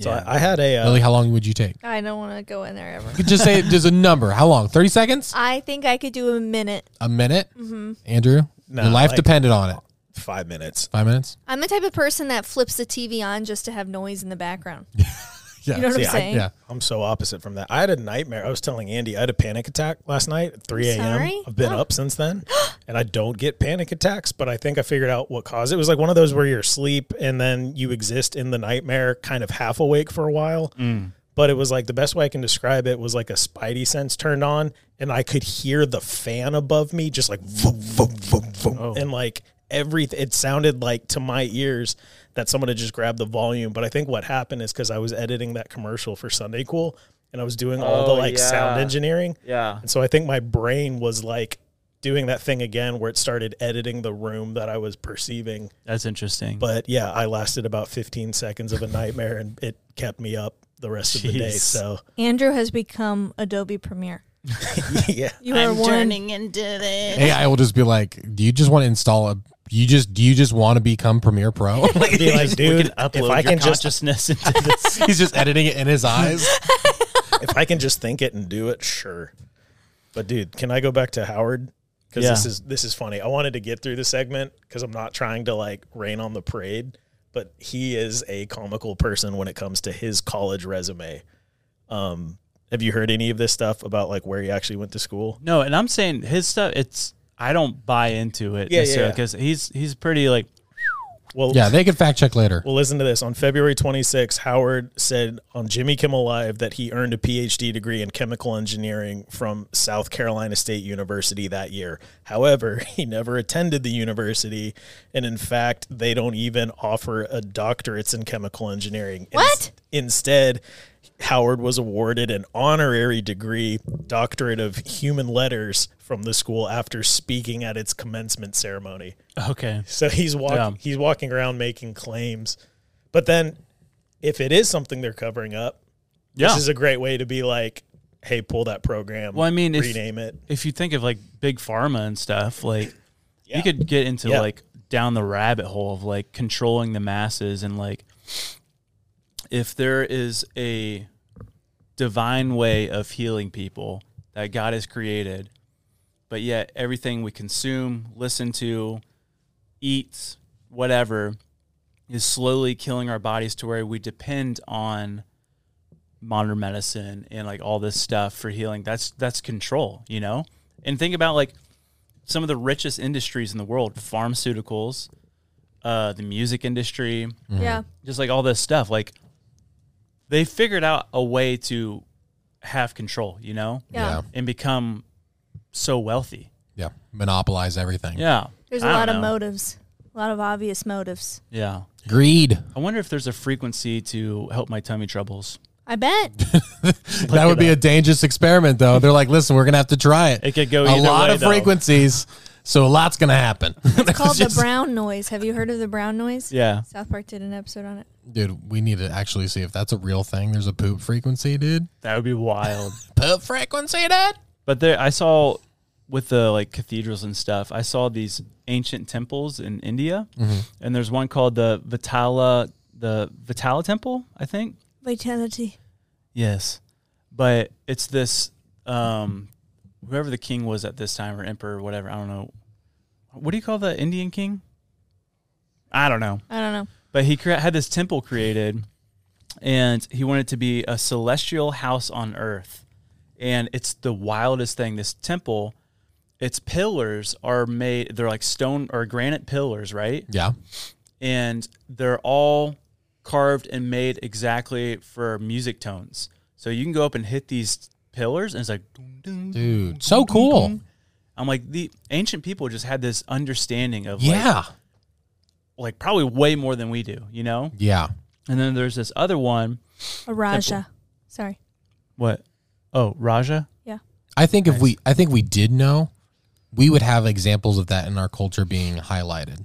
So I, I had a uh, Lily, how long would you take? I don't want to go in there ever. You could just say there's a number. How long? Thirty seconds? I think I could do a minute. A minute? Mhm. Andrew, No, your life like- depended on it. five minutes. Five minutes. I'm the type of person that flips the TV on just to have noise in the background. Yeah. You know what See, I'm saying? I, am so opposite from that. I had a nightmare. I was telling Andy I had a panic attack last night at 3 sorry? a.m. I've been up since then, and I don't get panic attacks. But I think I figured out what caused it. It was like one of those where you're asleep and then you exist in the nightmare, kind of half awake for a while. But it was like the best way I can describe it was like a spidey sense turned Oh. on, and I could hear the fan above me just like vroom, vroom, vroom, vroom, and like everything. It sounded like to my ears that someone had just grabbed the volume. But I think what happened is because I was editing that commercial for Sunday Cool and I was doing all Oh, the like sound yeah. engineering. Yeah. And so I think my brain was like doing that thing again where it started editing the room that I was perceiving. That's interesting. But yeah, I lasted about 15 seconds of a nightmare and it kept me up the rest of the day. Jeez. So Andrew has become Adobe Premiere. yeah. You are I'm one. turning into this. AI will just be like, "Do you just want to install a? You just do you just want to become Premiere Pro? like, Be like, dude, upload if I your can just consciousness into this. he's just editing it in his eyes. if I can just think it and do it, sure. But dude, can I go back to Howard? Because this Yeah. is this is funny. I wanted to get through the segment because I'm not trying to like rain on the parade, but he is a comical person when it comes to his college resume. Um, have you heard any of this stuff about like where he actually went to school? No, and I'm saying his stuff. It's I don't buy into it. Yeah, yeah, yeah. Because he's he's pretty like Well, yeah, they can fact check later. Well, listen to this. On February 26, Howard said on Jimmy Kimmel Live that he earned a PhD degree in chemical engineering from South Carolina State University that year. However, he never attended the university, and in fact, they don't even offer a doctorates in chemical engineering. What? In- instead, Howard was awarded an honorary degree, doctorate of human letters, from the school after speaking at its commencement ceremony. okay. So he's walking Yeah. he's walking around making claims. But then if it is something they're covering up, Yeah. this is a great way to be like, hey, pull that program. Well, I mean, if- rename it. If you think of like big pharma and stuff, like Yeah. you could get into Yeah. like down the rabbit hole of like controlling the masses and like if there is a divine way of healing people that God has created, but yet everything we consume, listen to, eat, whatever, is slowly killing our bodies to where we depend on modern medicine and like all this stuff for healing. That's that's control, you know? And think about like some of the richest industries in the world, pharmaceuticals, uh, the music industry, Yeah. just like all this stuff. Like they figured out a way to have control, you know? Yeah. Yeah. And become so wealthy. Yeah, monopolize everything. Yeah. There's a a lot of motives, a lot of obvious motives. Yeah. Greed. I wonder if there's a frequency to help my tummy troubles. I bet. that would be a dangerous experiment, though. They're like, listen, we're gonna have to try it. It could go a either lot way, of though. frequencies, so a lot's gonna happen. It's called the brown noise. Have you heard of the brown noise? Yeah. South Park did an episode on it. Dude, we need to actually see if that's a real thing. There's a poop frequency, dude. That would be wild. Poop frequency, dude. But there, I saw with the like cathedrals and stuff. I saw these ancient temples in India, and there's one called the Vitala, the Vitala Temple, I think. Vitality. Yes, but it's this um, whoever the king was at this time or emperor, or whatever. I don't know. What do you call the Indian king? I don't know. I don't know. But he cre- had this temple created, and he wanted to be a celestial house on earth. And it's the wildest thing. This temple, its pillars are made. They're like stone or granite pillars, right? Yeah. and they're all carved and made exactly for music tones. So you can go up and hit these pillars, and it's like, dun, dun, Dude, so cool. I'm like the ancient people just had this understanding of like, Yeah. like probably way more than we do, you know. Yeah. And then there's this other one. A Raja. Sorry. What? Oh, Raja. Yeah. I think if we I think we did know, we would have examples of that in our culture being highlighted.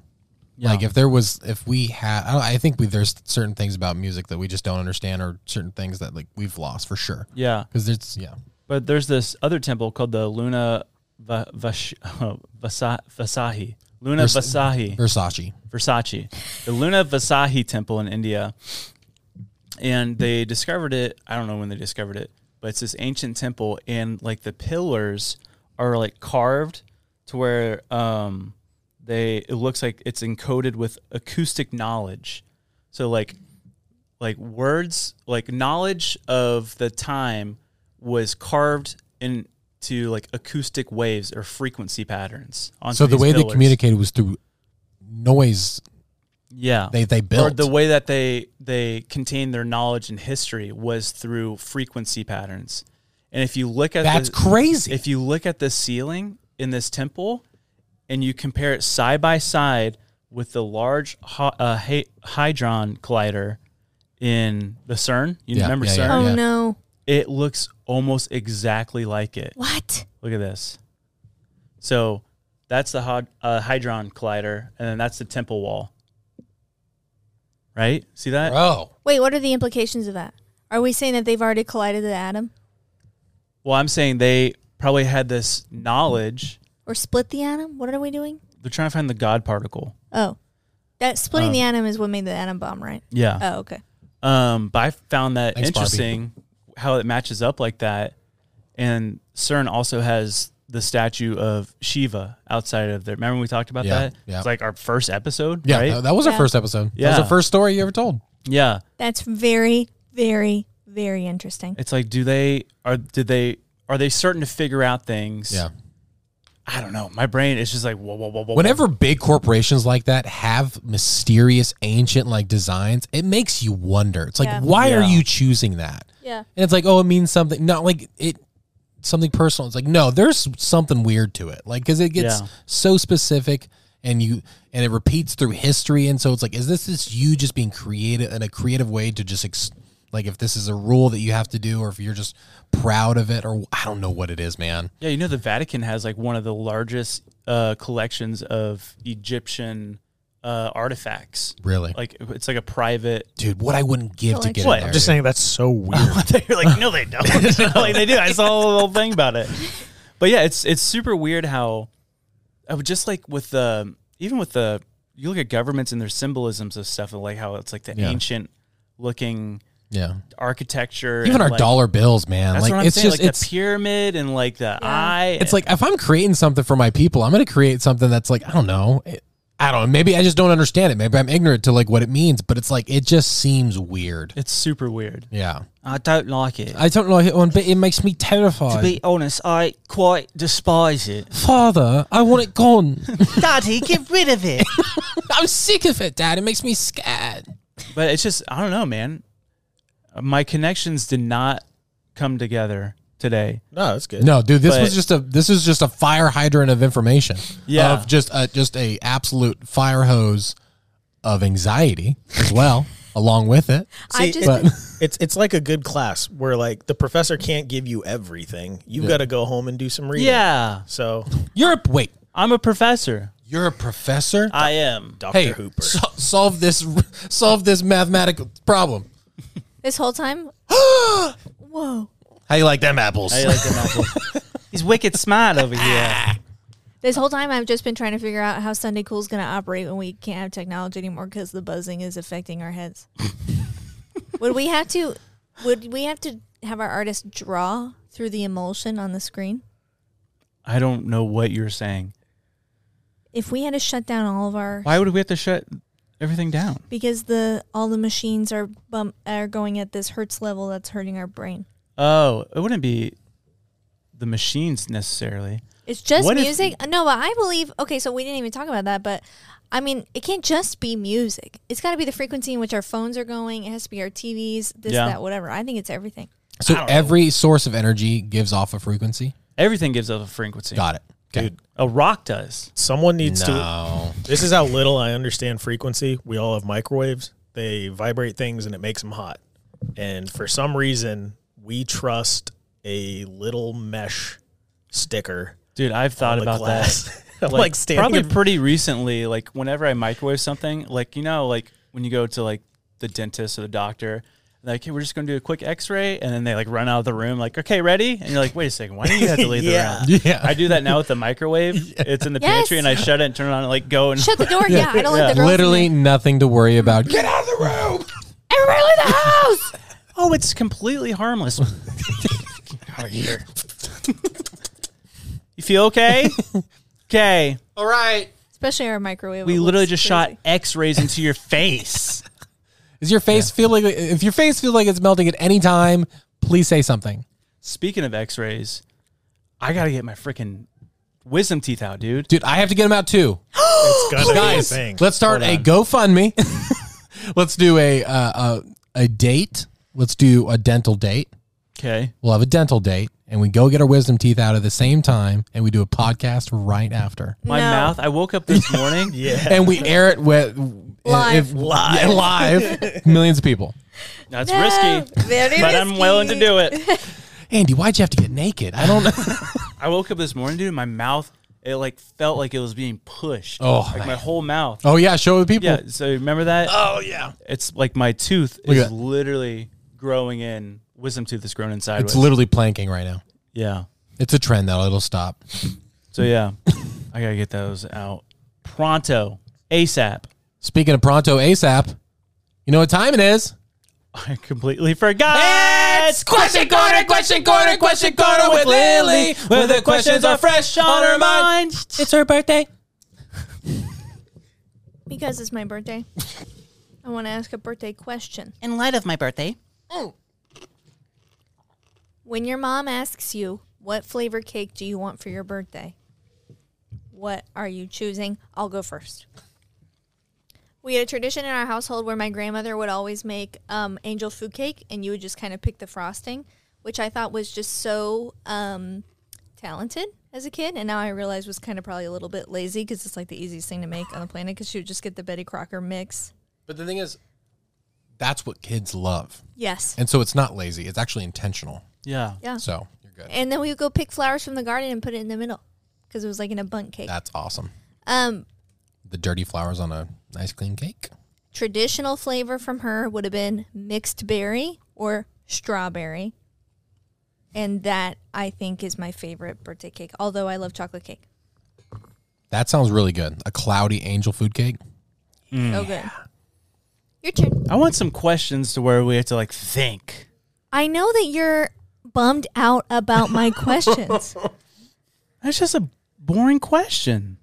Like if there was if we had I, don't- I think we there's certain things about music that we just don't understand or certain things that like we've lost for sure. Yeah. Cuz it's yeah. But there's this other temple called the Luna Va- Vash- Vasa- Vasahi. Luna Vers- Vasahi. Versace. Versace, the Luna Vasahi temple in India. And they discovered it, I don't know when they discovered it, but it's this ancient temple and like the pillars are like carved to where um they it looks like it's encoded with acoustic knowledge. So like like words, like knowledge of the time was carved into like acoustic waves or frequency patterns. Onto So the these way they pillars. communicated was through noise. Yeah. They they Or built the way that they they contained their knowledge and history was through frequency patterns. And if you look at That's the- crazy. If you look at the ceiling in this temple, and you compare it side by side with the large hy- uh, hy- Hydron collider in the CERN. You Yeah, remember yeah, CERN? yeah, Oh, yeah. no. It looks almost exactly like it. What? Look at this. So that's the hod- uh, Hydron collider, and then that's the Temple Wall. Right? See that? Bro. Wait, what are the implications of that? Are we saying that they've already collided the atom Well, I'm saying they probably had this knowledge. or split the atom? What are we doing? They're trying to find the God particle. Oh, that splitting Um, the atom is what made the atom bomb, right? Yeah. Oh, okay. Um, but I found that Thanks, Barbie. interesting how it matches up like that. And CERN also has the statue of Shiva outside of there. Remember when we talked about Yeah, that? yeah. It's like our first episode. Yeah, right? that, that was our Yeah. first episode. Yeah. That was the first story you ever told. Yeah. That's very, very, very interesting. It's like, do they are did they are they starting to figure out things? Yeah. I don't know. My brain is just like whoa, whoa, whoa, whoa. Whenever big corporations like that have mysterious, ancient like designs, it makes you wonder. It's like, Yeah. why are Yeah. you choosing that? Yeah. And it's like, oh, it means something. Not like it, something personal. It's like, no, there's something weird to it. Like, because it gets Yeah. so specific and you, and it repeats through history. And so it's like, is this just you just being creative in a creative way to just, ex- like, if this is a rule that you have to do or if you're just proud of it or I don't know what it is, man. Yeah, you know the Vatican has like one of the largest uh, collections of Egyptian uh, artifacts. Really? Like it's like a private. Dude, what I wouldn't give to get What? in there. I'm just saying that's so weird. They're like, no, they don't. like they do. I saw a little thing about it. But yeah, it's it's super weird how I would just like with the even with the you look at governments and their symbolisms of stuff and like how it's like the Yeah. ancient looking yeah. architecture. Even and, our like- dollar bills, man. That's like what I'm it's saying. just like it's the pyramid and like the eye. eh. it's like if I'm creating something for my people, I'm going to create something that's like I don't know. It- I don't know. Maybe I just don't understand it. Maybe I'm ignorant to like what it means, but it's like it just seems weird. it's super weird. Yeah. I don't like it. I don't like it one bit. It makes me to terrified. be honest, I quite despise it. Father, I want it gone. Daddy, get rid of it. I'm sick of it, Dad. It makes me scared. But it's just I don't know, man. My connections did not come together today. no, that's good. No, dude, this But- was just a this is just a fire hydrant of information. Yeah. Of just a just a absolute fire hose of anxiety as well, along with it. I See, just But It's it's like a good class where like the professor can't give you everything. You've got to go home and do some reading. Yeah, So you're a wait, I'm a professor. you're a professor? I am. Dr. hey, Hooper. so- solve this solve this mathematical problem. this whole time. Whoa. How you like them apples? He's wicked smart over here. This whole time, I've just been trying to figure out how Sunday Cool's going to operate when we can't have technology anymore because the buzzing is affecting our heads. would we have to? Would we have to have our artist draw through the emulsion on the screen? I don't know what you're saying. If we had to shut down all of our, Why would we have to shut everything down? because the all the machines are bump are going at this hertz level that's hurting our brain. Oh, it wouldn't be the machines necessarily. It's just What if- music. no, but I believe. Okay, so we didn't even talk about that, but I mean, it can't just be music. It's got to be the frequency in which our phones are going. It has to be our TVs, this, Yeah. that, whatever. I think it's everything. so every source of energy gives off a frequency. Everything gives off a frequency. Got it. Okay. Dude, A rock does. someone needs No. to. This is how little I understand frequency. We all have microwaves. They vibrate things and it makes them hot. And for some reason, we trust a little mesh sticker. Dude, I've thought on the about glass. that. I'm like, standing. probably in- pretty recently. Like whenever I microwave something, like you know, like when you go to like the dentist or the doctor, like hey, we're just gonna do a quick X-ray, and then they like run out of the room, like okay, ready, and you're like, wait a second, why do you have to leave Yeah. the room? Yeah. I do that now with the microwave. It's in the Yes. pantry, and I shut it and turn it on, and like go and Shut the door. yeah, I don't like the girls. in Literally there. nothing to worry about. Get out of the room. everybody leave the house. oh, it's completely harmless. out of here. you feel okay? Okay. All right. Especially our microwave. We it literally looks just shot crazy. X-rays into your face. Is your face feel like if your face feels like it's melting at any time, please say something. Speaking of X-rays, I gotta get my freaking wisdom teeth out, dude. Dude, I have to get them out too. it's gotta be a Guys, thing. let's start a Hold on. GoFundMe. let's do a uh, a a date. Let's do a dental date. Okay. We'll have a dental date and we go get our wisdom teeth out at the same time and we do a podcast right after. My mouth. I woke up this morning. yeah. And we air it with live, Live. live, millions of people. That's risky. very but I'm willing to do it. Andy, why'd you have to get naked? I don't know. I woke up this morning, dude. and My mouth. It like felt like it was being pushed. Oh, like my man. whole mouth. Oh yeah, show the people. Yeah. So remember that? Oh yeah. It's like my tooth Look at is that. literally growing in. Wisdom tooth is growing inside. It's literally planking right now. Yeah. It's a trend though. It'll stop. So yeah, I gotta get those out pronto, ASAP. Speaking of pronto ASAP, you know what time it is? I completely forgot. It's question corner, question corner, question corner with Lily, where the questions are fresh on her mind. It's her birthday. Because it's my birthday, I want to ask a birthday question. In light of my birthday, When your mom asks you, what flavor cake do you want for your birthday? What are you choosing? I'll go first. We had a tradition in our household where my grandmother would always make um, angel food cake, and you would just kind of pick the frosting, which I thought was just so um, talented as a kid. And now I realize was kind of probably a little bit lazy because it's like the easiest thing to make on the planet because she would just get the Betty Crocker mix. But the thing is, That's what kids love. Yes. And so it's not lazy. It's actually intentional. Yeah. Yeah. So you're good. And then we would go pick flowers from the garden and put it in the middle because it was like in a bunk cake. That's awesome. Um, The dirty flowers on a nice clean cake. traditional flavor from her would have been mixed berry or strawberry. And that I think is my favorite birthday cake, although I love chocolate cake. That sounds really good. A cloudy angel food cake. So good. Your turn. I want some questions to where we have to like think. I know that you're bummed out about my questions. That's just a boring question.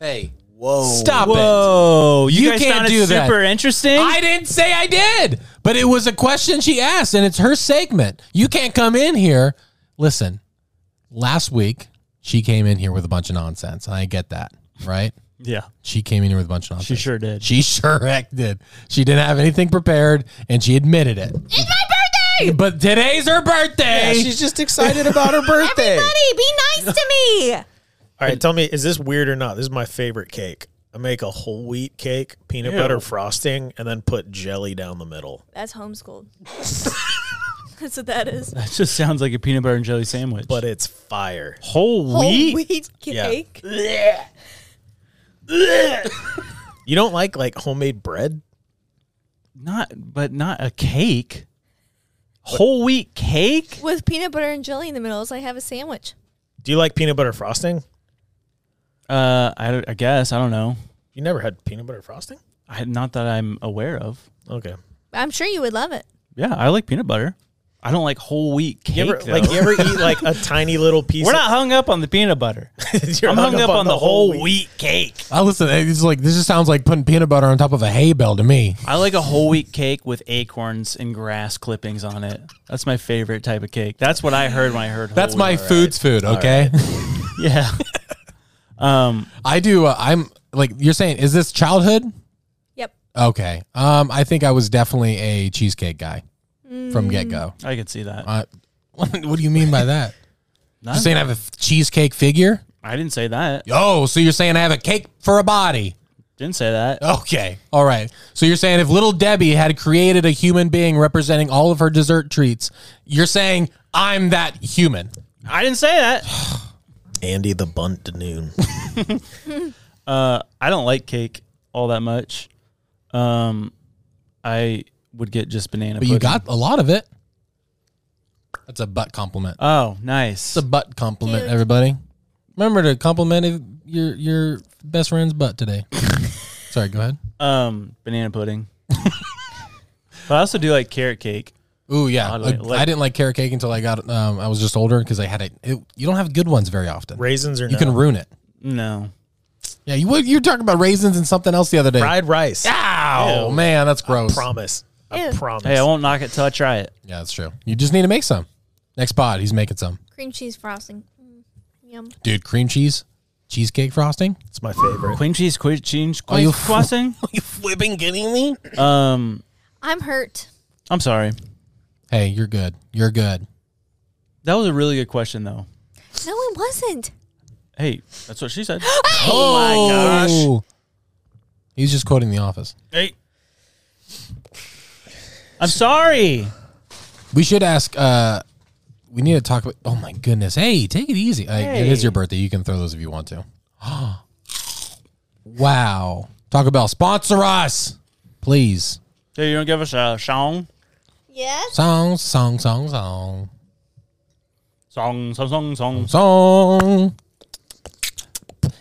Hey. Whoa. Stop it. Whoa. You, You guys can't found do it that. super interesting. I didn't say I did, but it was a question she asked, and it's her segment. You can't come in here. Listen, last week she came in here with a bunch of nonsense, and I get that, right? Yeah. She came in here with a bunch of nonsense. She sure did. She sure heck did. She didn't have anything prepared, and she admitted it. it's my birthday! But today's her birthday. Yeah, she's just excited about her birthday. Everybody, be nice to me! All right, tell me, is this weird or not? This is my favorite cake. I make a whole wheat cake, peanut Ew. butter frosting, and then put jelly down the middle. That's homeschooled. That's what that is. That just sounds like a peanut butter and jelly sandwich. But it's fire. whole, wheat? wheat Yeah. cake. You don't like like homemade bread? Not but not a cake. Whole wheat cake? With peanut butter and jelly in the middle, it's like have a sandwich. Do you like peanut butter frosting? Uh I, don't- I guess. I don't know. You never had peanut butter frosting? I not that I'm aware of. Okay. I'm sure you would love it. Yeah, I like peanut butter. I don't like whole wheat cake. You ever, though. like you ever eat like a tiny little piece We're of not hung up on the peanut butter. You're I'm hung up on the whole wheat cake. I listen. It's like this just sounds like putting peanut butter on top of a hay bale to me. I like a whole wheat cake with acorns and grass clippings on it. That's my favorite type of cake. That's what I heard when I heard. That's whole my wheat. food's food. Okay. Yeah. um, I do. Uh, I'm like you're saying. Is this childhood? Yep. Okay. Um, I think I was definitely a cheesecake guy Mm. from get go. I could see that. Uh, what do you mean by that? None. You're saying I have a f- cheesecake figure? I didn't say that. Oh, so you're saying I have a cake for a body? Didn't say that. Okay. All right. So you're saying if little Debbie had created a human being representing all of her dessert treats, you're saying I'm that human. I didn't say that. Andy the Bunt Danoon. Uh, I don't like cake all that much. Um, I would get just banana. But you pudding. got a lot of it. That's a butt compliment. Oh, nice. It's a butt compliment, Cute. everybody. Remember to compliment your your best friend's butt today. Sorry, go ahead. Um, banana pudding. but I also do like carrot cake. Ooh, yeah. Oddly, I, like- I didn't like carrot cake until I got um, I was just older because I had it, it. You don't have good ones very often. Raisins or You can ruin it. No, Yeah, you were- you were talking about raisins and something else the other day. fried rice. Ow, Ew. man, that's gross. Promise. I Ew. promise. hey, I won't knock it till I try it. yeah, that's true. You just need to make some. Next pod, he's making some. Cream cheese frosting. Mm, yum. Dude, cream cheese, cheesecake frosting. it's my favorite. Cream cheese, cream cheese, Are you cream crossing. Are you flipping kidding me? Um, I'm hurt. I'm sorry. Hey, you're good. You're good. That was a really good question, though. No, it wasn't. Hey, that's what she said. Oh my gosh. He's just quoting The Office. Hey. I'm sorry. We should ask. uh We need to talk about. Oh my goodness! Hey, take it easy. Like, It is Hey. your birthday. You can throw those if you want to. wow. Taco Bell sponsor us, please. Hey, you don't give us a song? Song, song, song, song, Song, song, song, song. song.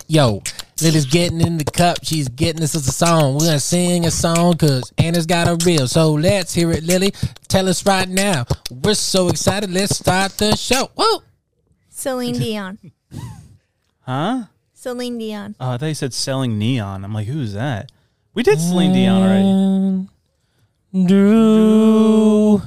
Yo, Lily's getting in the cup. She's getting this as a song. We're gonna sing a song because Anna's got a reel. So let's hear it, Lily. Tell us right now. We're so excited. Let's start the show. Woo! Celine Dion. Huh? Celine Dion. Oh, I thought you said selling neon. I'm like, who's that? We did Celine Dion already. Drew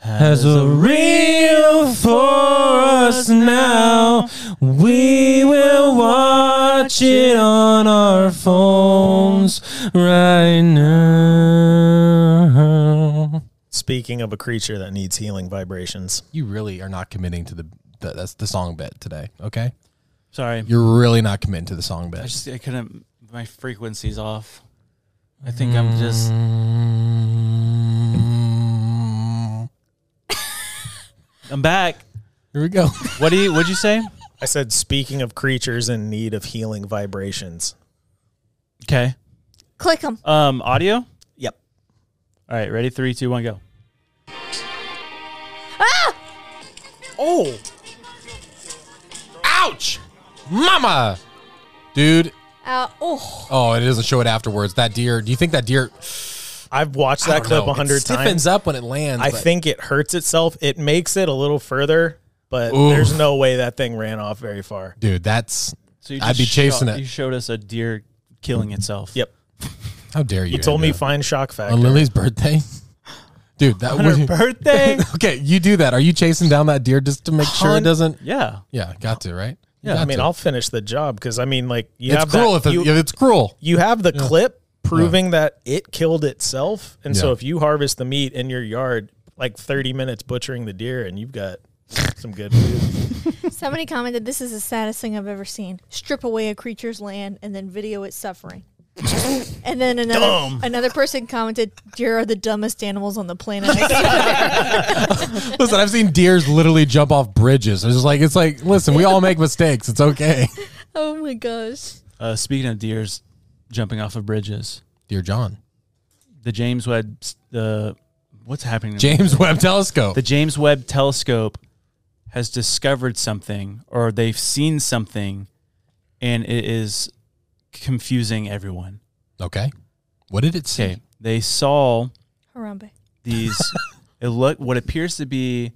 has a reel for us now. We will watch it on our phones right now. Speaking of a creature that needs healing vibrations, You really are not committing to the, the that's the song bit today. Okay, Sorry. you're really not committing to the song I bit. just I couldn't. My frequency's off. I think I'm just. I'm back. Here we go. What do you? What'd you say? I said, speaking of creatures in need of healing vibrations. Okay. Click them. Um, audio. Yep. All right. Ready? Three, two, one, go. Oh, Ouch, mama, dude. Uh, oh. Oh, it doesn't show it afterwards. That deer. Do you think that deer? I've watched I that don't clip know. a It hundred times. stiffens up when it lands. I but- think it hurts itself. It makes it a little further, but Oof. there's no way that thing ran off very far. dude, that's. So you I'd just be sho- chasing it. Mm-hmm. You showed us a deer killing itself. Yep. How dare you? You told me Andrew. find shock factor. on Lily's birthday. Dude, that On her would birthday? okay, you do that. Are you chasing down that deer just to make sure it Hun- doesn't? Yeah. Yeah, got to right. You yeah, I got mean, to. I'll finish the job because I mean, like you it's have cruel. that, if it- you, if it's cruel. you have the clip proving that it killed itself, and so Yeah. if you harvest the meat in your yard, like 30 minutes butchering the deer, and you've got some good food. Somebody commented, "This is the saddest thing I've ever seen. Strip away a creature's land and then video its suffering." and then another Dumb. another person commented, "Deer are the dumbest animals on the planet." Listen, I've seen deers literally jump off bridges. It's just like it's like. Listen, we all make mistakes. It's okay. oh my gosh! Uh, speaking of deers jumping off of bridges, Dear John, the James Webb, s- the what's happening? James Webb Telescope. The James Webb Telescope has discovered something, or they've seen something, and it is confusing everyone. Okay, what did it say? Okay, they saw Harambe. these it look what appears to be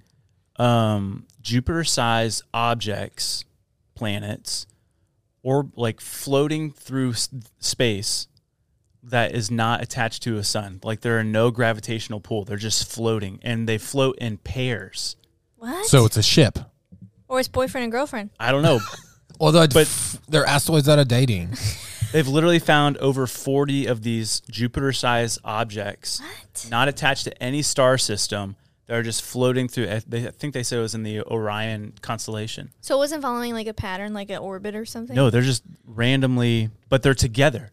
um, Jupiter-sized objects, planets, or like floating through s- space that is not attached to a sun. Like there are no gravitational pull; they're just floating, and they float in pairs. What? So it's a ship. or his boyfriend and girlfriend. I don't know. Although, but But- they're asteroids that are dating. They've literally found over 40 of these Jupiter-sized objects, not attached to any star system. that are just floating through. I they- I think they said it was in the Orion constellation. So it wasn't following like a pattern, like an orbit or something. No, they're just randomly, but they're together.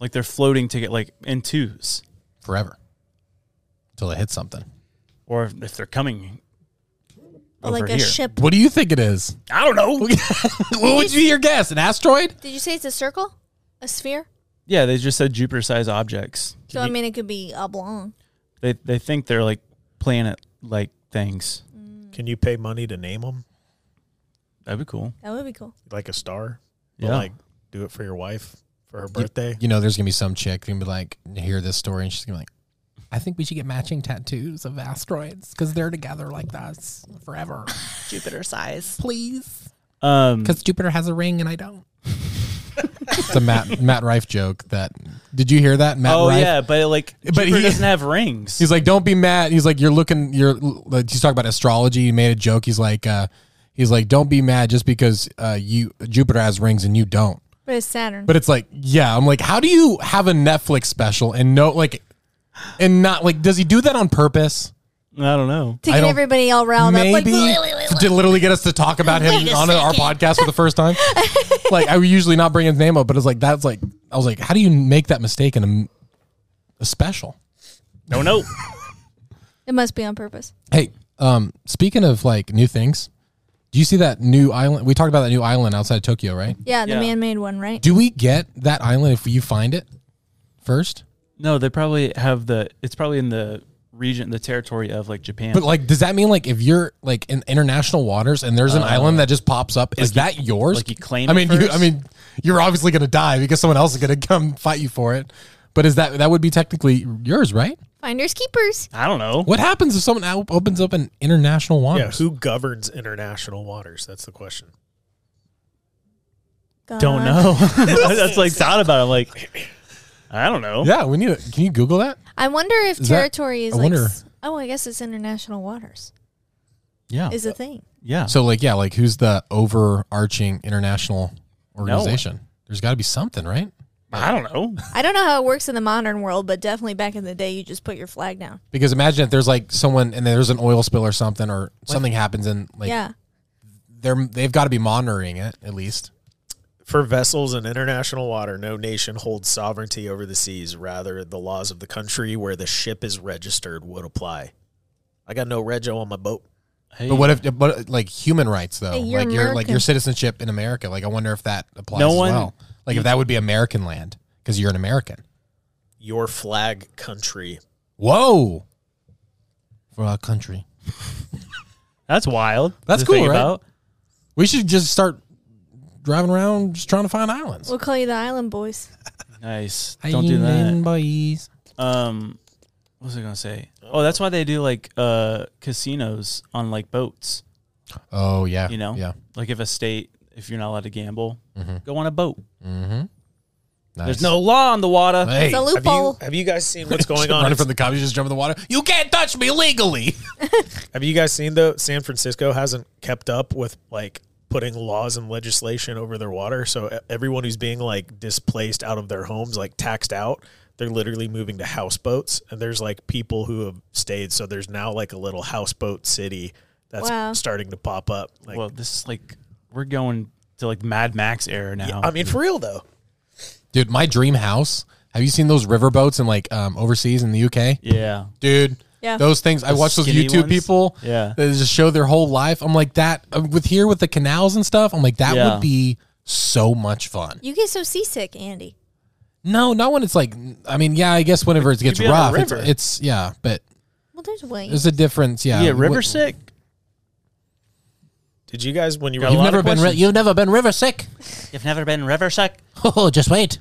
Like they're floating together, like in twos, forever until it hits something. or if- if they're coming Or over Oh, like a here. ship. What do you think it is? I don't know. what would you your guess? An asteroid? Did you say it's a circle, a sphere? yeah, they just said Jupiter-sized objects. So I mean, it could be oblong. They they think they're like planet-like things. Can you pay money to name them That'd be cool. That would be cool. like a star? But, Yeah. Like do it for your wife for her birthday. You know, there's gonna be some chick who's gonna be like, hear this story, and she's gonna be like, I think we should get matching tattoos of asteroids because they're together like this forever, Jupiter size. please. Um, Because Jupiter has a ring and I don't. it's a Matt Matt Rife joke. That did you hear that Matt oh Rife? yeah, but like But Jupiter he- doesn't have rings. He's like, don't be mad. He's like, you're looking. You're like, he's talking about astrology. He made a joke. He's like, uh, he's like, don't be mad just because uh, you Jupiter has rings and you don't. But it's Saturn. But it's like, yeah, I'm like, how do you have a Netflix special and no like and not like does he do that on purpose? I don't know. to I get don't- Oh, everybody all riled up. Like, Maybe. to literally get us to talk about him Wait a on our second. podcast for the first time. like I would usually not bring his name up, but it's like that's like I was like, how do you make that mistake in a m- a, special? No, no. It must be on purpose. hey, um, speaking of like new things, do you see that new island? We talked about that new island outside of Tokyo, right? Yeah, the man-made one, right? Do we get that island if you find it first? No, they probably have the. It's probably in the region, the territory of like Japan. But like, does that mean like if you're like in international waters and there's an Uh, island that just pops up, is like that you- yours? like you claim I it mean, you, I first? mean, you're obviously gonna die because someone else is gonna come fight you for it. But is that that would be technically yours, right? Finders keepers. I don't know. What happens if someone op- opens up an international Yeah, waters? who governs international waters? That's the question. Don't know. That's like thought about. it. I'm like, I don't know. Yeah, we need. A, can you Google that? I wonder if Is that- territory is I like. wonder- s- Oh, I guess it's international waters. Yeah. Is a thing. Yeah. So like, yeah, like who's the overarching international one. organization? There's got to be something, right? I don't know. I don't know how it works in the modern world, but definitely back in the day, you just put your flag down. Because imagine if there's like someone and there's an oil spill or something or something happens and like yeah. they're they've got to be monitoring it at least. For vessels in international water, no nation holds sovereignty over the seas. Rather, the laws of the country where the ship is registered would apply. I got no rego on my boat. But what if but like human rights though? Hey, you're like your like your American. citizenship in America. Like I wonder if that applies No as one- well. Like if that would be American land because you're an American. Your flag country. Whoa. For our country. That's wild. That's to cool, think right? about. We should just start driving around just trying to find islands. We'll call you the Island Boys. Nice. Don't do that. Island boys. Um, what was I gonna say? Oh, that's why they do like uh casinos on like boats. Oh yeah. You know, Yeah. Like if a state, if you're not allowed to gamble, Mhm. go on a boat. Mm-hmm. There's no law on the water. Hey, It's a loophole. Have you guys seen what's going on? Running from the cops, you just jump in the water. You can't touch me legally. Have you guys seen though? San Francisco hasn't kept up with like putting laws and legislation over their water. So e- everyone who's being like displaced out of their homes, like taxed out, they're literally moving to houseboats. And there's like people who have stayed. So there's now like a little houseboat city that's Wow. starting to pop up. Like, well, this is like we're going to like Mad Max era now. I mean, for real though. Dude, my dream house. Have you seen those riverboats in like um, overseas in the UK? Yeah. Dude. Yeah. Those things. I Those watch those skinny YouTube ones? people. Yeah. That just show their whole life. I'm like that uh, with here with the canals and stuff. I'm like that Yeah. would be so much fun. You get so seasick, Andy. No, not when it's like. I mean, yeah, I guess whenever it gets be on a rough, it's, river. it's yeah, but Well, there's waves. there's a difference. Yeah. Yeah, river What- sick. Did you guys when you were You've never been. Ri- re- you've never been river sick. You've never been river sick. Oh, just wait.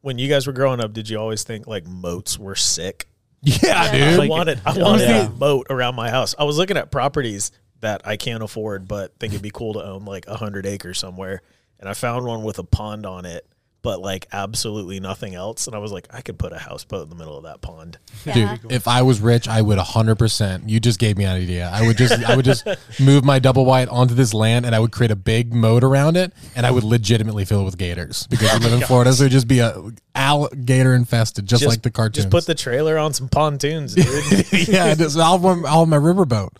when you guys were growing up, did you always think like moats were sick? Yeah, I dude. wanted I Yeah. wanted Yeah. a moat around my house. I was looking at properties that I can't afford, but think it'd be cool to own like a hundred acres somewhere. And I found one with a pond on it, but like absolutely nothing else. And I was like, I could put a houseboat in the middle of that pond. Dude, if I was rich, I would 100%. You just gave me an idea. I would just I would just move my double white onto this land and I would create a big moat around it and I would legitimately fill it with gators because we live in Florida, so it would just be a alligator infested just, like the cartoons. Just put the trailer on some pontoons, dude. yeah, just, I'll, run- I'll have my riverboat.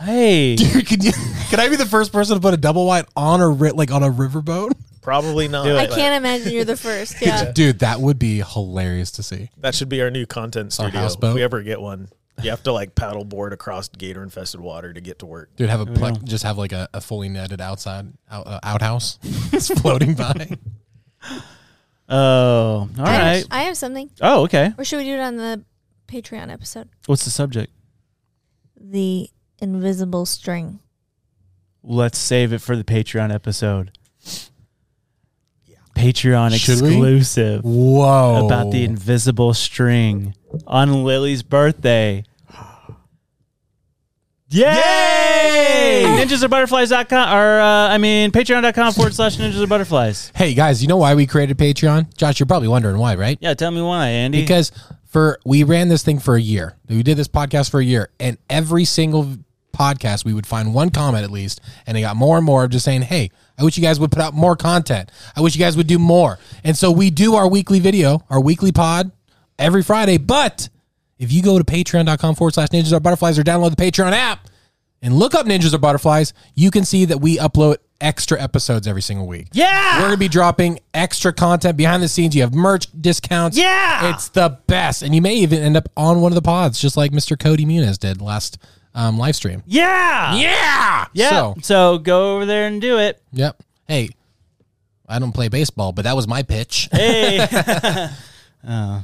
Hey. Dude, can you can I be the first person to put a double white on a ri- like on a riverboat? Probably not. I but can't imagine you're the first. Yeah. Dude, that would be hilarious to see. That should be our new content Our studio. If houseboat. we ever get one, you have to like paddleboard across gator infested water to get to work. Dude, have a pla- just have like a, a fully netted outside out, uh, outhouse. it's floating by. Oh, all right. I have- I have something. Oh, okay. Or should we do it on the Patreon episode? What's the subject? The invisible string. Let's save it for the Patreon episode. Patreon Should we? exclusive. Whoa. About the invisible string on Lily's birthday. Yay! Ninjas or butterflies.com or uh, I mean patreon.com forward slash ninjas or butterflies. Hey guys, you know why we created Patreon? Josh, you're probably wondering why, right? Yeah, tell me why, Andy. Because for we ran this thing for a year. We did this podcast for a year, and every single podcast we would find one comment at least, and it got more and more of just saying, "Hey, I wish you guys would put out more content. I wish you guys would do more." And so we do our weekly video, our weekly pod every Friday. But if you go to patreon.com forward slash ninjas or butterflies or download the Patreon app, and look up Ninjas or Butterflies, you can see that we upload extra episodes every single week. Yeah. We're going to be dropping extra content behind the scenes. You have merch discounts. Yeah. It's the best. And you may even end up on one of the pods, just like Mr. Cody Muniz did last um, live stream. Yeah. Yeah. Yeah. So- So. go over there and do it. Yep. Hey, I don't play baseball, but that was my pitch. Hey. Uh, All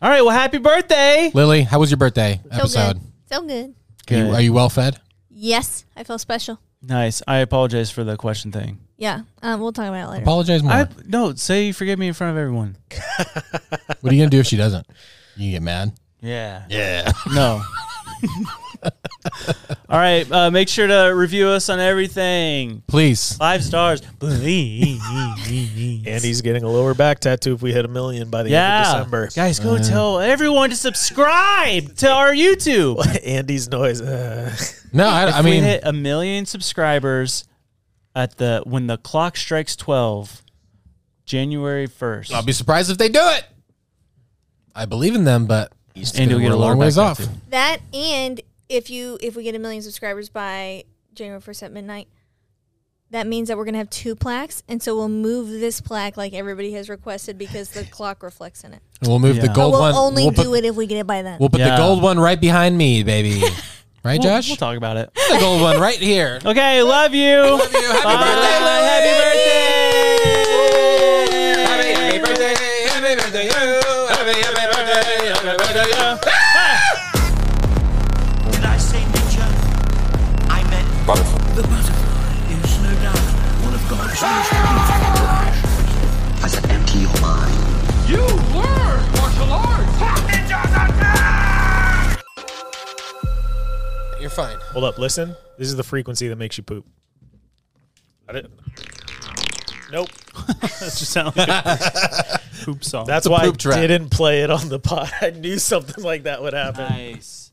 right. Well, happy birthday. Lily, how was your birthday episode? good. So good. Are you- Good. are you well fed? Yes, I feel special. Nice. I apologize for the question thing. Yeah, um, we'll talk about it later. Apologize more. I, no, say you forgive me in front of everyone. what are you going to do if she doesn't? You get mad? Yeah. Yeah. No. All right. Uh, make sure to review us on everything. Please. Five stars. Please. And he's getting a lower back tattoo if we hit a million by the end yeah. of December. Guys, Uh, go tell everyone to subscribe to our YouTube. Andy's noise. Uh, No, I, if I mean, we hit a million subscribers at the when the clock strikes twelve, January first. I'll be surprised if they do it. I believe in them, but it's And you'll gonna- get a we're lower long back ways off. tattoo. That and if you if we get a million subscribers by January first at midnight, that means that we're gonna have two plaques, and so we'll move this plaque like everybody has requested because the clock reflects in it. And we'll move the Yeah. But gold we'll one. only we'll do put, it if we get it by then. We'll put Yeah. the gold one right behind me, baby. right, We'll- Josh? We'll talk about it. the gold one right here. Okay, love you. Love you. Happy birthday, Happy birthday. Happy birthday. Did I say ninja? I meant butterfly. The butterfly is no doubt one of God's most beautiful. I said empty your mind. You learn martial arts. Ninjas are You're fine. hold up, listen. This is the frequency that makes you poop. I didn't. Nope. That just sounds like a poop song. That's a why I poop trap. didn't play it on the pod. I knew something like that would happen. nice.